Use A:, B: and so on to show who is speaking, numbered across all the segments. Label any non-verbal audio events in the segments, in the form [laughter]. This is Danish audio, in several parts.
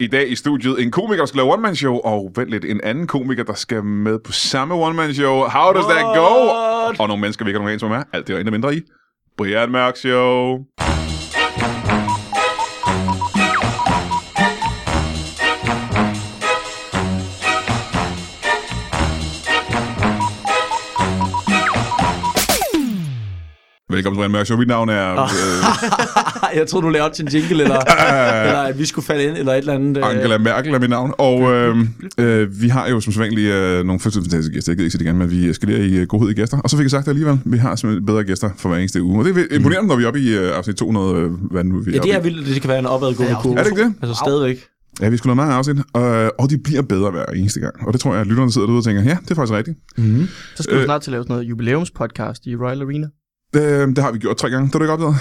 A: I dag i studiet en komiker, der skal lave one-man-show, og vent lidt, en anden komiker, der skal med på samme one-man-show. How does that go?
B: What?
A: Og nogle mennesker, vi ikke har nogen anelse om, er. Alt det og endnu mindre i Brian Mørk Show. Velkommen til Brian Mørk Show. Mit navn er... Øh,
B: jeg troede, du lavede op til en jingle, [laughs] eller, eller at vi skulle falde ind, eller et eller andet. øh,
A: Angela Merkel er mit navn, og øh, øh, vi har jo som sædvanligt øh, nogle fødselsdagsgæster. gæster. Jeg gider ikke sige det igen, men vi skal lige i øh, godhed i gæster. Og så fik jeg sagt det alligevel, vi har simpelthen bedre gæster for hver eneste uge. Og det er imponerende, når vi er oppe i øh, afsnit 200, øh, hvad nu vi
B: Ja, det
A: oppe
B: er vildt, at det kan være en opadgående kurve.
A: Er det ikke det?
B: Altså stadigvæk.
A: i. Ja, vi skulle have mange afsnit, og, øh, og de bliver bedre hver eneste gang. Og det tror jeg, at lytterne sidder derude og tænker, ja, det er faktisk rigtigt.
B: Mm-hmm.
C: Så skal øh.
A: Øh.
C: du snart til at lave sådan noget jubilæumspodcast i Royal Arena.
A: Øh, det har vi gjort tre gange, det har du ikke opdaget.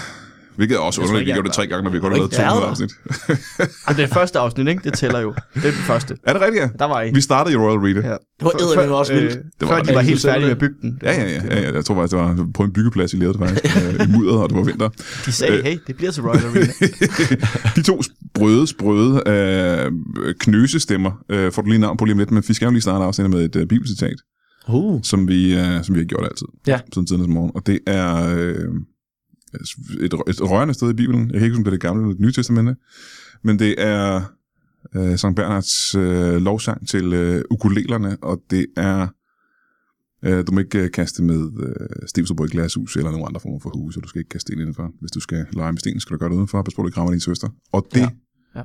A: Hvilket er også
C: Jeg tror
A: underligt, at vi gjorde
C: ikke, jeg
A: det tre
C: har-
A: gange, når vi kun har
B: Jeg
A: lavet
C: har ikke
A: 200
C: været
A: afsnit.
C: Og det er første afsnit, ikke? Det tæller jo. Det er det første.
A: Er det rigtigt, ja?
C: Der var I.
A: Vi startede i Royal Reader.
C: Ja.
B: Det var eddermame også vildt.
A: Det var
C: Det var før de var
A: det.
C: helt færdige med at bygge den.
A: Ja, ja, ja, ja, ja. Jeg tror faktisk, det var på en byggeplads, I lavede det
C: [laughs]
A: faktisk. øh, I mudder, og det var vinter.
C: De sagde,
A: Øh.
C: hey, det bliver til Royal
A: [laughs]
C: Arena.
A: De to sprøde, sprøde øh, knøsestemmer øh, får du lige navn på lige om lidt, men vi skal jo lige starte afsnittet med et øh, bibelcitat,
B: Uh.
A: som vi, øh, som vi har gjort altid,
B: Ja.
A: siden tidens morgen. Og det er øh, et, et rørende sted i Bibelen. Jeg kan ikke huske, om det er det gamle eller det nye testamente, men det er øh, Sankt Bernards øh, lovsang til øh, ukulelerne, og det er... Øh, du må ikke øh, kaste med øh, stivser på et glashus eller nogen andre former for hus, og du skal ikke kaste sten indenfor. Hvis du skal lege med sten, skal du gøre det udenfor. Pas på, at du ikke rammer din søster. Og det...
B: Ja.
A: Ja.
C: Ja.
A: Ja.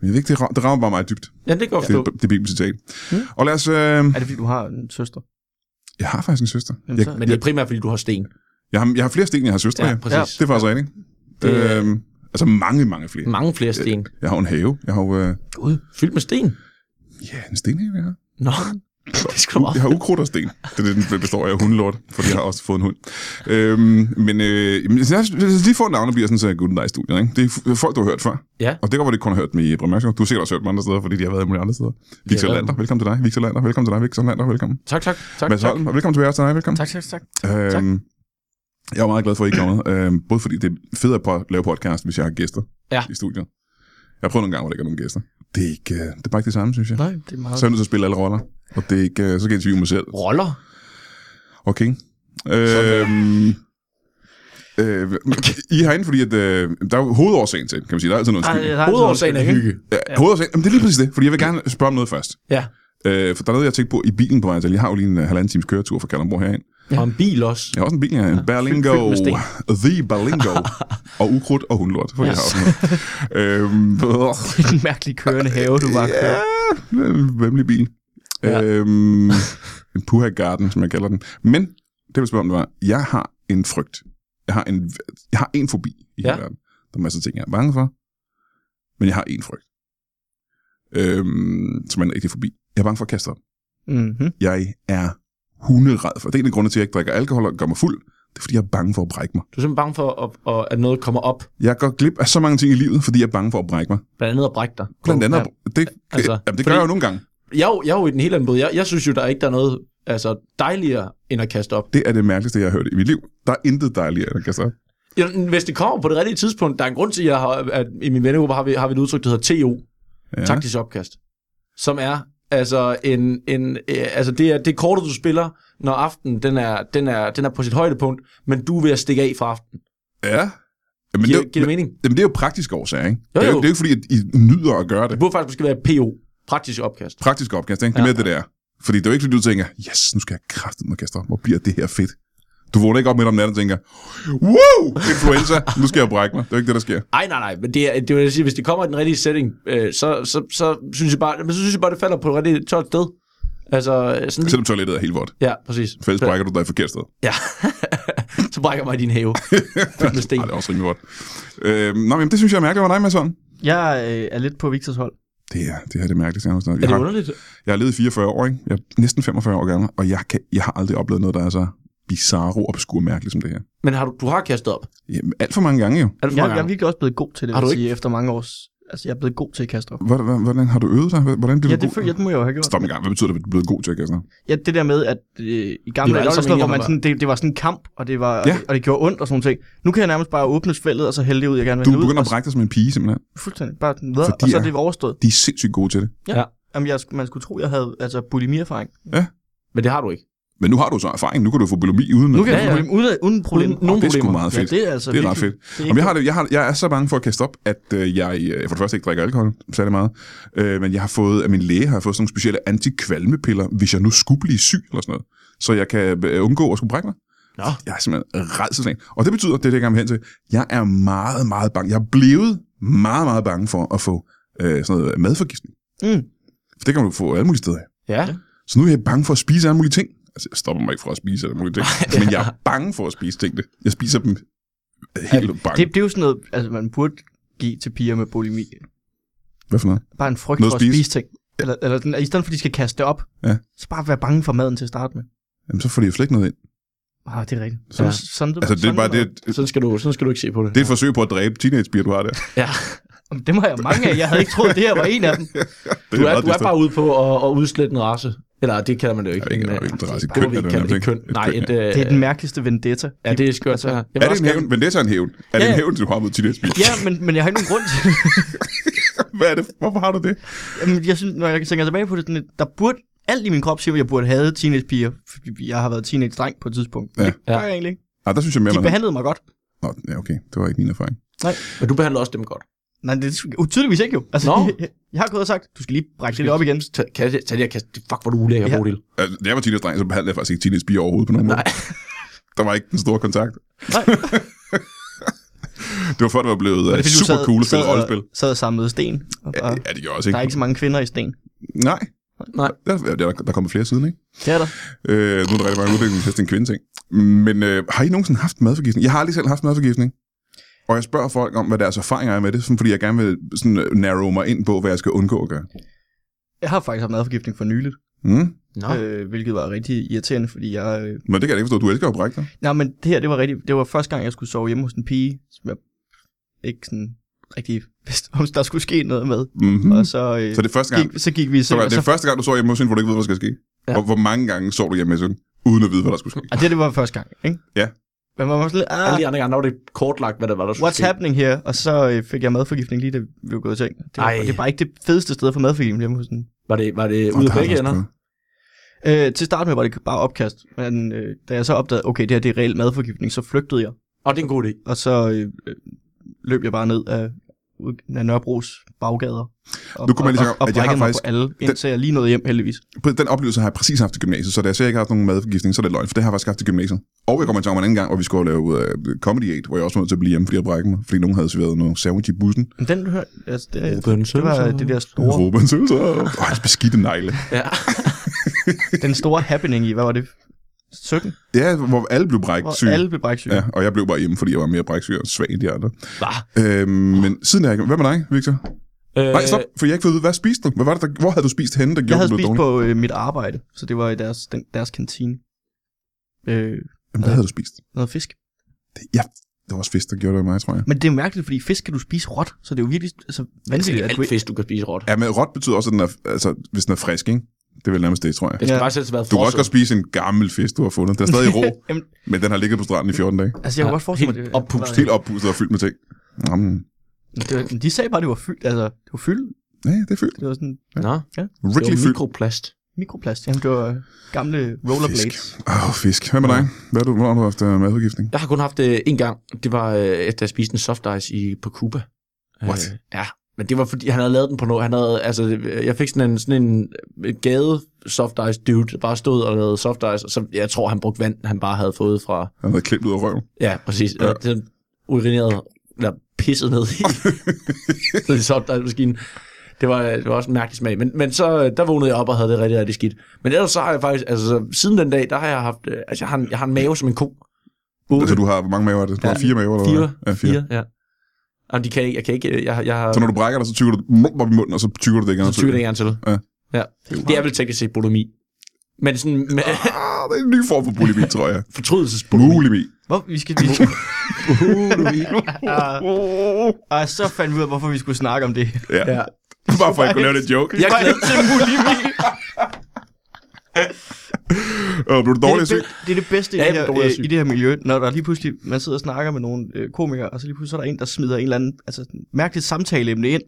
A: Men jeg ved ikke, det, ra- det rammer bare mig dybt,
B: Ja, det kan jeg godt
A: det,
B: forstå. Hmm?
A: det, det bibelske citat.
C: Mm.
A: Og lad os... Øh,
C: er det fordi, du har en søster?
A: jeg har faktisk en søster.
C: Jamen,
A: jeg,
C: så-
B: Men det er primært, fordi du har sten.
A: jeg, har, jeg har flere sten, end jeg har søstre.
B: Ja,
A: Ja,
B: præcis.
A: det er faktisk rigtigt.
B: Det er-
A: Øhm, altså mange, mange flere.
B: Mange flere sten.
A: Jeg har jo en have. Jeg har jo... Øh,
B: Gud, fyldt med sten.
A: ja, en stenhave, jeg har.
B: Nå, [laughs] det skal du
A: Jeg
B: meget.
A: har ukrudt og sten. Det er det, den består af hundelort, for jeg har også fået en hund. Øhm, men øh, jamen, så lad os- lad os lige få en navn, der bliver sådan så good night studiet. Ikke? Det er f- folk, du har hørt før.
B: Ja.
A: Og det kan godt være, du ikke kun har hørt dem i Bremerksjov. Du har sikkert også hørt dem andre steder, fordi de har været i mulige andre steder. Victor
B: Ja.
A: Lander, velkommen til dig. Victor Lander, velkommen til dig. Victor Lander, velkommen.
B: Tak, tak, tak.
A: Mads
B: tak.
A: Holm, og velkommen tilbage også til dig. Velkommen.
B: Tak, tak, tak. tak.
A: Øhm, jeg er meget glad for, at I er kommet. Øhm, både fordi det er fedt at po- lave podcast, hvis jeg har gæster
B: Ja.
A: i studiet. Jeg har prøvet nogle gange, hvor der ikke er nogen gæster. Det er, ikke, øh, det er bare ikke det samme, synes jeg.
C: Nej, det er meget.
A: Så er jeg nødt til at spille alle roller, og det er ikke, øh, så kan jeg interviewe mig selv.
B: Roller.
A: Okay. Øhm, øh, I er herinde, fordi at, øh, der er jo hovedårsagen til, kan man sige. Der er altid noget
C: Ej,
A: skyld.
C: jeg har en
B: Hovedårsagen er
C: søster.
B: hygge.
A: Ja. Hovedårsagen, jamen, det er lige præcis det, fordi jeg vil gerne spørge om noget først.
B: Ja.
A: Øh, for der er noget, jeg tænkte på i bilen på vej til. Jeg har jo lige en øh, halvanden times køretur fra Kalundborg herind.
B: Og en bil også.
A: Jeg har også en bil, jeg har en Berlingo.
C: fyldt med sten.
A: The
C: [laughs]
A: Berlingo. og ukrudt og hundlort. For jeg har også noget. øhm,
C: Det er en [laughs] mærkelig kørende have, du bare
A: ja,
C: kører.
A: en vemmelig bil.
B: Ja.
A: Ja. Øhm, en puha garden, som jeg kalder den. Men, det jeg vil spørge om, det var, jeg har en frygt. Jeg har en, jeg har en fobi i
B: Ja.
A: ja. hele verden. Der er masser af ting, jeg er bange for. Men jeg har en frygt. Øhm, som er en rigtig fobi. Jeg er bange for at kaste op.
C: Mm-hmm.
A: Jeg er hunderad for. Det er en af grundene til, at jeg ikke drikker alkohol og gør mig fuld. Det er, fordi jeg er bange for at brække mig.
B: Du er simpelthen bange for, at, at, at noget kommer op.
A: Jeg går glip af så mange ting i livet, fordi jeg er bange for at brække mig.
B: Blandt andet at brække dig.
A: Blandt andet, det,
B: Altså,
A: altså, jamen, det
B: fordi-
A: gør jeg jo nogle gange.
B: Jeg, er jo- jeg er jo i den helt anden båd. Jeg, jeg synes jo, der er ikke der er noget altså, dejligere, end at kaste op.
A: Det er det mærkeligste, jeg har hørt i mit liv. Der er intet dejligere, end at kaste op.
B: Ja, hvis det kommer på det rigtige tidspunkt, der er en grund til, at, jeg har, at i min vennegruppe har vi, har vi et udtryk, der hedder TO,
A: Ja.
B: ja. taktisk opkast, som er, altså, en, en, øh, altså det er det er kortet, du spiller, når aftenen den er, den, er, den er på sit højdepunkt, men du er ved at stikke af fra aftenen.
A: Ja. Jamen, det, er
B: Giver,
A: jo-
B: giver det mening? Altså,
A: jamen, det er jo praktisk årsager, ikke?
B: Jo,
A: Det, er
B: jo.
A: jo, det er jo ikke, fordi at I nyder at gøre det.
B: Det burde faktisk måske være PO, praktisk opkast.
A: Praktisk opkast, ikke? Det er
B: Ja.
A: mere det der. Fordi det er jo ikke, fordi du tænker, yes, nu skal jeg kraftigt med kaste op. Hvor bliver det her fedt? Du vågner ikke op midt om natten og tænker, wow, influenza, nu skal jeg brække mig. Det er jo ikke det, der sker.
B: Ej, nej, nej, men det er, det vil jeg sige, hvis det kommer i den rigtige setting, øh, så, så, så, synes jeg bare, men så synes jeg bare, det falder på et rigtig tørt sted. Altså, sådan lige,
A: Selvom toilettet er helt vådt.
B: ja, præcis.
A: Fælles brækker du dig et forkert sted.
B: Ja, [laughs] så brækker jeg mig i din [laughs] have. Fyldt med sten.
A: Ej, det er også rimelig vådt. Øhm, nå, men det synes jeg er mærkeligt. Hvad er dig, Mads Holm?
C: Jeg øh, er lidt på Victors hold.
A: Det er det, her, det mærkeligste, jeg har snakket.
B: Er
A: Jeg
B: det
A: har,
B: underligt?
A: jeg har levet i 44 år, ikke? Jeg er næsten 45 år gammel, og jeg, kan, jeg har aldrig oplevet noget, der er så bizarro og obskur mærkeligt som det her.
B: Men har du, du har kastet op?
A: Jamen, alt for mange gange jo.
B: Er det for
C: Jeg,
B: mange
C: jeg er
B: gange?
C: virkelig også blevet god til det,
B: Har
C: vil
B: du
C: jeg sige, efter mange års altså, jeg er blevet god til at kaste op.
A: Hvordan, hvordan har du øvet dig? Hvordan blev
C: Ja,
A: du
C: det,
A: god?
C: føl- ja, det må jeg jo have gjort.
A: Stop en gang. Hvad betyder det, at du er blevet god til at kaste?
C: Ja, det der med, at øh, i gamle
B: Det var
C: dage, der var
B: alle
C: sådan
B: sammen
C: noget,
B: enige
C: hvor
B: om,
C: man sådan, det, det var sådan en kamp, og det, var,
A: Ja.
C: ja. og, det, og det gjorde ondt og sådan noget. Nu kan jeg nærmest bare åbne fældet, og så hælde det ud, jeg gerne vil
A: Du
C: hælde ud.
A: begynder
C: og
A: at brække dig som en pige, simpelthen.
C: så- Fuldstændig, bare den videre,
A: Fordi
C: og så er
A: jeg-
C: det overstået.
A: De er sindssygt gode til det.
C: Jamen, jeg, sk- man skulle tro, jeg havde altså, bulimierfaring.
B: Men det har du ikke.
A: Men nu har du så erfaring. Nu kan du få bulimi uden
C: Nu kan
B: Ja,
C: jeg
B: ja.
C: ja, ja. uden, uden problemer.
B: Uden nogen
A: det er sgu
B: problemer.
A: meget fedt.
C: Ja, det er altså
A: Det er ret
C: virkelig-
A: fedt.
C: Det er
A: Jamen,
C: ikke,
A: jeg, har det, jeg, har, jeg er så bange for at kaste op, at øh, jeg øh, for det første ikke drikker alkohol særlig meget, øh, men jeg har fået, af min læge har jeg fået sådan nogle specielle antikvalmepiller, hvis jeg nu skulle blive syg eller sådan noget, så jeg kan øh, undgå at skulle brække mig.
B: Nå.
A: Jeg er simpelthen redselslag. Og det betyder, det er det, jeg gerne vil hen til, jeg er meget, meget bange. Jeg er blevet meget, meget bange for at få øh, sådan noget madforgiftning.
C: Mm.
A: For det kan du få alle mulige steder.
B: Ja.
A: Så nu er jeg bange for at spise alle mulige ting. Altså, jeg stopper mig ikke fra at spise alle mulige ting, men jeg er bange for at spise tingene. Jeg spiser dem helt bange.
C: det, det er jo sådan noget, altså, man burde give til piger med bulimi.
A: Hvad for noget?
C: Bare en frygt
A: Noget
C: for at
A: at spise.
C: spise, ting. Eller, eller sådan, at i stedet for, at de skal kaste det op,
A: Ja.
C: så bare være bange for maden til at starte med.
A: Jamen, så får de jo slet ikke noget ind.
C: Ah, det er rigtigt.
B: Ja.
C: Sådan, ja. sådan,
A: Altså, det er bare det,
B: Sådan skal, du, sådan skal du ikke se på det.
A: det er et forsøg på at dræbe teenagebier, du har der.
B: Ja.
C: Jamen, dem har jeg mange af. Jeg havde ikke troet, det her var en af dem.
A: Det
B: Du er,
A: meget
B: du er
A: dystert.
B: bare ude på at, at udslette en race. Eller det kalder man det jo
A: Jeg
B: ikke.
A: ved ikke,
B: men,
A: om det er en race. Et
B: det
A: køn
B: må vi
A: er det
B: ikke kalde det.
A: nærmest,
B: Et køn.
A: ikke? Et
B: Nej,
A: køn,
B: et, øh,
C: Det er den mærkeligste vendetta.
B: ja, det er skørt.
C: Altså,
B: det her. Jeg vil
A: Er det
B: også
A: en
B: gerne-
A: hævn? Men det er så en hævn. Er det en
C: Ja, ja.
A: hævn, du har mod teenagebier?
C: Ja, men, men jeg har ikke nogen grund til det.
A: Hvad er det? Hvorfor har du det?
C: Jamen, jeg synes, når jeg tænker tilbage på det, sådan, lidt, der burde alt i min krop siger, at jeg burde have teenagepiger, fordi jeg har været teenage-dreng på et tidspunkt.
A: Ja.
C: Ja. Det gør
B: Ja.
C: jeg egentlig ikke.
A: Ah, der synes jeg mere,
C: De
A: man har...
C: behandlede mig godt.
A: Nå, ja, okay. Det var ikke min erfaring.
B: Men du behandler også dem godt.
C: Nej, det er tydeligvis ikke jo. Altså,
B: Nå.
C: jeg, [laughs] jeg, har gået og sagt, du skal lige brække det lidt op igen.
B: Tag, kan jeg, tag det her kast. Fuck, hvor er du ulækker,
C: Ja.
B: Bodil.
A: Altså, da jeg var teenage-dreng, så behandlede jeg faktisk ikke teenagebier overhovedet på nogen måde.
B: Nej.
A: Der var ikke den store kontakt.
C: Nej.
A: [laughs] Det var før, det var blevet
C: Var
A: øh,
C: det, fordi du
A: super
C: sad-
A: cool at spille
C: sad og-
A: rollespil.
C: Sad og samlede sten. Og bare,
A: Ja, det gjorde jeg også
C: der
A: ikke.
C: er ikke så mange kvinder i sten.
A: Nej.
B: Nej.
A: Der, der, der, der er kommet flere siden, ikke?
C: Det er der.
A: Øh, nu er der rigtig mange udviklingstest, det er en kvindeting. Men øh, har I nogensinde haft madforgiftning? Jeg har aldrig selv haft madforgiftning. Og jeg spørger folk om, hvad deres erfaringer er med det, sådan fordi jeg gerne vil sådan, øh, narrow mig ind på, hvad jeg skal undgå at gøre.
C: Jeg har faktisk haft madforgiftning for nyligt,
A: Mm.
B: Nå.
C: øh, hvilket var rigtig irriterende, fordi jeg... Øh,
A: Men det kan jeg ikke forstå. Du elsker jo at brække dig.
C: nej, men det her, det var, rigtig, det var første gang, jeg skulle sove hjemme hos en pige, som jeg ikke sådan rigtig vidste, om der skulle ske noget med.
A: Mm-hmm.
C: Og så, øh,
A: Så det er første gang,
C: gik, så gik vi i
A: så
C: seng,
A: var
C: og
A: det
C: så
A: er første gang, du så hjemme hos hende, hvor du ikke ved, hvad der skal ske.
B: Ja.
A: Ja. Hvor, hvor, mange gange så du hjemme hos hende, uden at vide, hvad der skulle ske.
C: Ah, det, det var første gang, ikke?
A: Ja.
C: Men man var sådan lidt, ah,
B: Alle de andre gange, der var det kortlagt, hvad der var, der skulle
C: what's happening here? Og så øh, fik jeg madforgiftning lige da vi var gået i seng. Det, var,
B: Ej.
C: det er bare ikke det fedeste sted for madforgiftning hjemme hos den.
B: Var det, var det
A: Nå,
B: ude
A: der
B: af
A: har
B: begge
A: du også
B: ender?
A: prøvet.
C: Øh, til start med var det bare opkast, men øh, da jeg så opdagede, okay, det her det er reelt madforgiftning, så flygtede jeg.
B: Og det er en god idé.
C: Og så øh, øh, løb jeg bare ned af, ud- af Nørrebros baggader. Og,
A: Nu kunne man lige
C: og,
A: tænke,
C: og, og
A: at jeg har
C: brækkede mig
A: faktisk-
C: på alle, indtil jeg lige nåede hjem heldigvis.
A: På Den oplevelse har jeg præcis haft i gymnasiet, så da jeg siger, at jeg ikke har haft nogen madforgiftning, så er det løgn, for det har jeg faktisk haft i gymnasiet. Og jeg kommer til om en anden gang, hvor vi skulle lave uh, Comedy 8, hvor jeg også var nødt til at blive hjemme, fordi jeg brækkede mig, fordi nogen havde serveret noget sandwich i bussen.
C: Men den, du hørte, altså, det, det,
B: Ruben
C: det var
B: Sørensen.
C: det der
A: Wow.
C: store,
A: Robins ølser. Åh, hans beskidte negle. [laughs]
B: Ja.
C: den store happening i, hvad var det? 17?
A: Ja, hvor alle blev brækket
C: Hvor
A: syge.
C: alle blev bræksyge.
A: Ja, og jeg blev bare hjemme, fordi jeg var mere bræksyg og svag end de andre.
B: Hva?
A: Øhm, men siden er jeg ikke... Hvad med dig, Victor? Øh...
B: Øh,
A: Nej, stop, for jeg har ikke fået at vide, hvad spiste du? Hvad var det, der... Hvor havde du spist henne, der gjorde,
C: Jeg havde
A: at du blev
C: spist
A: dårlig?
C: på øh, mit arbejde, så det var i deres, den, deres kantine. Øh,
A: Jamen, hvad havde du spist?
C: noget fisk.
A: Det... Ja, det var også fisk, der gjorde det med mig, tror jeg.
C: Men det er jo mærkeligt, fordi fisk kan du spise råt, så det er jo virkelig altså,
B: Det
C: vanvittigt,
B: er
C: at du
B: alt
C: ikke...
B: fisk, du kan spise råt.
A: Ja, men råt betyder også, at den er, altså, hvis den er frisk, ikke? Det er vel nærmest det, tror jeg.
B: Det skal
C: Ja.
B: faktisk helst have været
A: Du kan også godt spise en gammel fisk, du har fundet. Den er stadig [laughs] rå,
C: [laughs] Jamen,
A: men den har ligget på stranden i 14 dage.
C: altså, jeg kan
B: Ja,
C: godt forestille mig,
B: helt
C: det...
B: oppustet.
A: Helt oppustet og fyldt med ting. Jamen,
C: Det var, men de sagde bare, det var fyldt. Altså, det var fyldt.
A: ja, det er fyldt.
C: Det var sådan
B: Nå, det
A: Rigtig
B: var
A: fyldt.
B: mikroplast.
C: mikroplast. Jamen, det var øh, gamle rollerblades.
A: Åh, oh, fisk. Hvad med dig? Hvad er du, hvornår har du haft øh, madforgiftning?
B: Jeg har kun haft det en gang. Det var, øh, da jeg spiste en soft ice i, på Cuba.
A: What?
B: Øh, ja, men det var, fordi han havde lavet den på noget. Han havde, altså, jeg fik sådan en, sådan en øh, gade soft ice dude, der bare stod og lavede soft ice, og så, jeg tror, han brugte vand, han bare havde fået fra...
A: Han havde klemt ud af røven.
B: Ja, præcis.
A: Ja.
B: Ja. Den urinerede, eller pisset ned
A: [laughs]
B: i, ned i soft ice-maskinen. Det var, øh, det var også en mærkelig smag. Men, men så, øh, der vågnede jeg op og havde det rigtig, rigtig skidt. Men ellers så har jeg faktisk, altså så siden den dag, der har jeg haft, øh, altså jeg har en, jeg har en mave som en ko. Otte,
A: Altså, du har, hvor mange maver er det? Du
B: Ja.
A: har fire maver, eller
B: fire,
A: hvad?
B: ja, fire. ja. Og de kan ikke, jeg kan ikke, jeg, har- jeg har,
A: Så når du brækker dig, så tykker du op i munden, og så tykker du det igen.
B: så tykker det gerne til.
A: Ja.
B: ja. Det er vel teknisk set bulimi. Men sådan med
A: [laughs] Ah, det er en ny form for bulimi, tror jeg.
B: fortrydelsesbulimi.
A: Bulimi.
C: Hvor, vi skal... Vi skal... uh, og så fandt vi ud af, hvorfor vi skulle snakke om det.
A: Ja.
B: [laughs] Ja.
A: Bare for at jeg kunne lave den joke.
B: Jeg
C: [laughs] Bare
B: glæder-
C: ind til bulimi.
A: Og Øh, blev du
C: Det er
A: dårlig
C: det, [laughs]
A: syg?
C: be- det er det bedste
B: Ja,
C: ja, i, det
B: men
C: her,
B: dårlig
C: øh,
B: syg.
C: i det her miljø, når der lige pludselig, man sidder og snakker med nogle øh, komikere, og så lige pludselig så er der en, der smider en eller anden altså, sådan mærkeligt samtaleemne ind.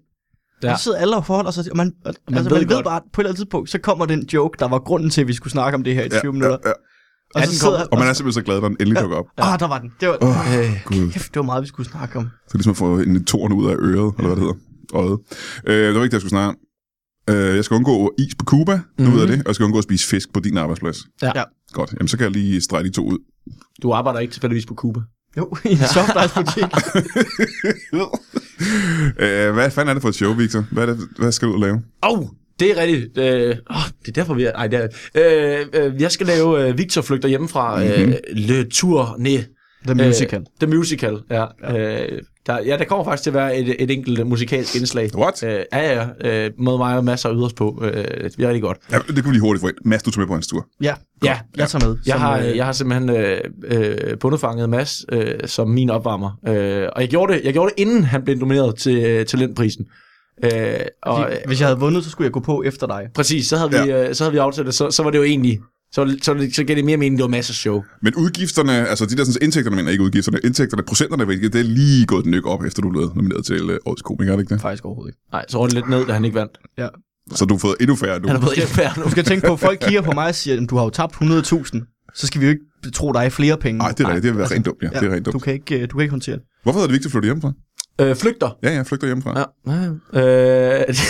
C: Ja.
B: Ja.
C: Og så sidder alle og forholder sig til, og man, og, man, altså,
B: ved
C: man ved,
B: godt.
C: bare, at på et eller andet tidspunkt, så kommer den joke, der var grunden til, at vi skulle snakke om det her i 20
A: Ja,
C: minutter.
A: ja, ja.
C: Og
B: Ja,
C: så
B: den
C: sidder
A: Og man er simpelthen så glad, når den endelig dukker op.
C: Ah, der var den. Det var,
A: Åh, oh,
B: Øh,
A: gud.
C: kæft, det var meget, vi skulle snakke om.
A: Så ligesom at få en torn ud af øret, eller hvad det hedder. Øjet. Øh, det var ikke det, jeg skulle snakke om. Øh, jeg skal undgå is på Cuba, nu mm-hmm. ved jeg det, og jeg skal undgå at spise fisk på din arbejdsplads.
B: Ja.
C: Ja.
A: Godt, jamen så kan jeg lige strege de to ud. [laughs]
B: du arbejder ikke tilfældigvis på Cuba.
C: Jo, i en softicebutik.
A: øh, hvad fanden er det for et show, Victor? Hvad, er det, hvad skal du ud og lave?
B: Åh, oh, det er rigtigt. Øh, oh, det er derfor, vi er... Ej, det er... Øh, øh, jeg skal lave øh, Victor flygter hjemmefra. Mm-hmm. Øh, Le Tour Ne.
C: The Musical.
B: Øh, the Musical, ja. ja. Øh, der, ja, der kommer faktisk til at være et, et enkelt øh, musikalsk indslag.
A: What?
B: Øh, ja, ja, ja. Øh, mod mig og masser af yderst på. Øh, vi er rigtig godt.
A: Ja, det kan vi lige hurtigt få ind. Mads, du tog med på hans tur.
C: ja,
B: Ja,
C: jeg tager med.
B: jeg
C: som,
B: har,
C: øh,
B: jeg har simpelthen øh, øh, bundefanget Mads øh, som min opvarmer. Øh, og jeg gjorde, det, jeg gjorde det, inden han blev nomineret til øh, talentprisen. Øh, og,
C: fordi, hvis jeg havde vundet, så skulle jeg gå på efter dig.
B: Præcis, så havde, vi, øh, så havde vi aftalt det, så, så var det jo egentlig, så, så, så gav det mere mening, det var masser af show.
A: Men udgifterne, altså de der sådan, indtægterne, mener jeg ikke udgifterne, indtægterne, procenterne, hvilket, det er lige gået den nyk op, efter du blev nomineret til øh, årets komiker, er det ikke det?
C: Faktisk overhovedet ikke.
B: Nej, så røg det lidt ned, da han ikke vandt.
C: Ja.
A: Så du har fået endnu færre nu.
B: Han har fået et færre nu.
C: Du skal tænke på, at folk kigger på mig og siger, at du har jo tabt 100.000, så skal vi jo ikke tro dig flere penge.
A: Nej, det er rigtigt, det har været rent dumt, ja. Det er rent
C: Du
A: dumt.
C: kan ikke, øh, du kan ikke håndtere det.
A: Hvorfor havde det vigtigt at flytte hjemmefra?
B: Øh, flygter.
A: Ja, jeg flygter hjemmefra.
B: Ja. Øh, [laughs]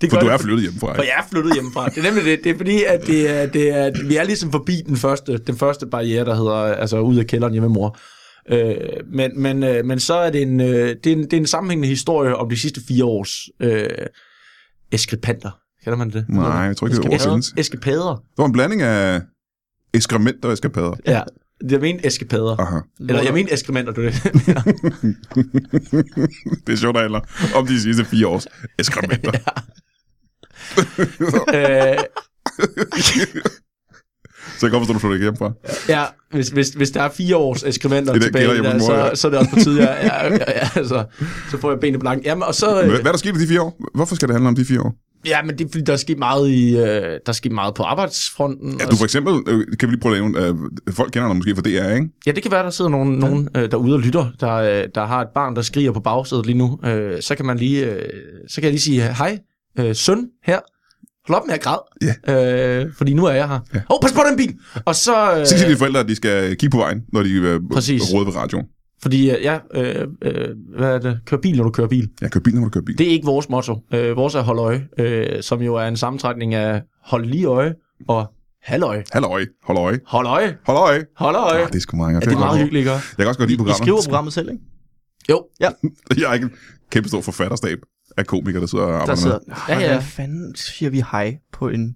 B: det
A: For
B: gør
A: du er
B: det,
A: flyttet hjemmefra.
B: for jeg er flyttet hjemmefra. Det er nemlig det. Det er fordi, at, det er, det er, at vi er ligesom forbi den første, den første barriere, der hedder altså ud af kælderen hjemme med mor. Øh, men, men, øh, men så er det en, øh, det er en, det er en sammenhængende historie om de sidste fire års øh, eskrepanter. Kender man det?
A: Nej, jeg tror ikke, det er
B: Eskapader.
A: oversendelse.
B: Eskapader.
A: Det var en blanding af eskrementer og eskapader.
B: Ja, jeg mener eskapader.
A: Aha. [laughs]
B: Eller jeg mener eskrementer, du det. mener.
A: Det er sjovt, der handler om de sidste fire års eskrementer.
B: [laughs] øh,
A: Så jeg kan godt forstå, du flytter ikke hjemmefra.
B: ja, hvis, hvis, hvis der er fire års eskrementer
A: I den
B: tilbage,
A: kælder, jeg
B: der,
A: må-
B: så,
A: ja.
B: så er det også på tide, jeg, jeg, jeg, jeg, altså, så får jeg benene blanke. Jamen, og så,
A: Men
B: øh,
A: Hvad er der sket i de fire år? Hvorfor skal det handle om de fire år?
B: ja, men det er fordi, der er sket meget, i, øh, der er sket meget på arbejdsfronten.
A: Ja,
B: og
A: du for eksempel, øh, kan vi lige prøve at nævne, øh, folk kender dig måske fra DR, ikke?
B: Ja, det kan være, der sidder nogen, nogen øh, derude og lytter, der, øh, der har et barn, der skriger på bagsædet lige nu. Øh, så, kan man lige, øh, så kan jeg lige sige, hej, øh, søn her. Hold op med at græde, yeah. øh, fordi nu er jeg her. Åh, yeah. oh, pas på den bil! Og så... Øh,
A: Sig til dine forældre, at de skal kigge på vejen, når de øh,
B: Præcis.
A: råder ved radioen.
B: fordi, øh, ja, øh, øh, hvad er det? Kør bil, når du kører bil.
A: Jeg kører bil, når du kører bil.
B: Det er ikke vores motto. Øh, vores er hold øje, øh, som jo er en sammentrækning af hold lige øje og halvøje.
A: Halløj, hold øje,
B: Hold øje,
A: hold øje.
B: hold øje.
A: Ah, det er sgu meget,
B: Ja, det er meget hyggeligt, ikke?
A: Jeg kan også godt lide
C: I
A: programmet.
C: skriver programmet selv, ikke?
B: Jo,
A: Jeg er ikke en kæmpe stor forfatterstab af komikere, der sidder og
C: Der
A: arbejder med.
C: sidder, ja, ja.
B: ja.
C: Hvordan fanden siger vi hej på en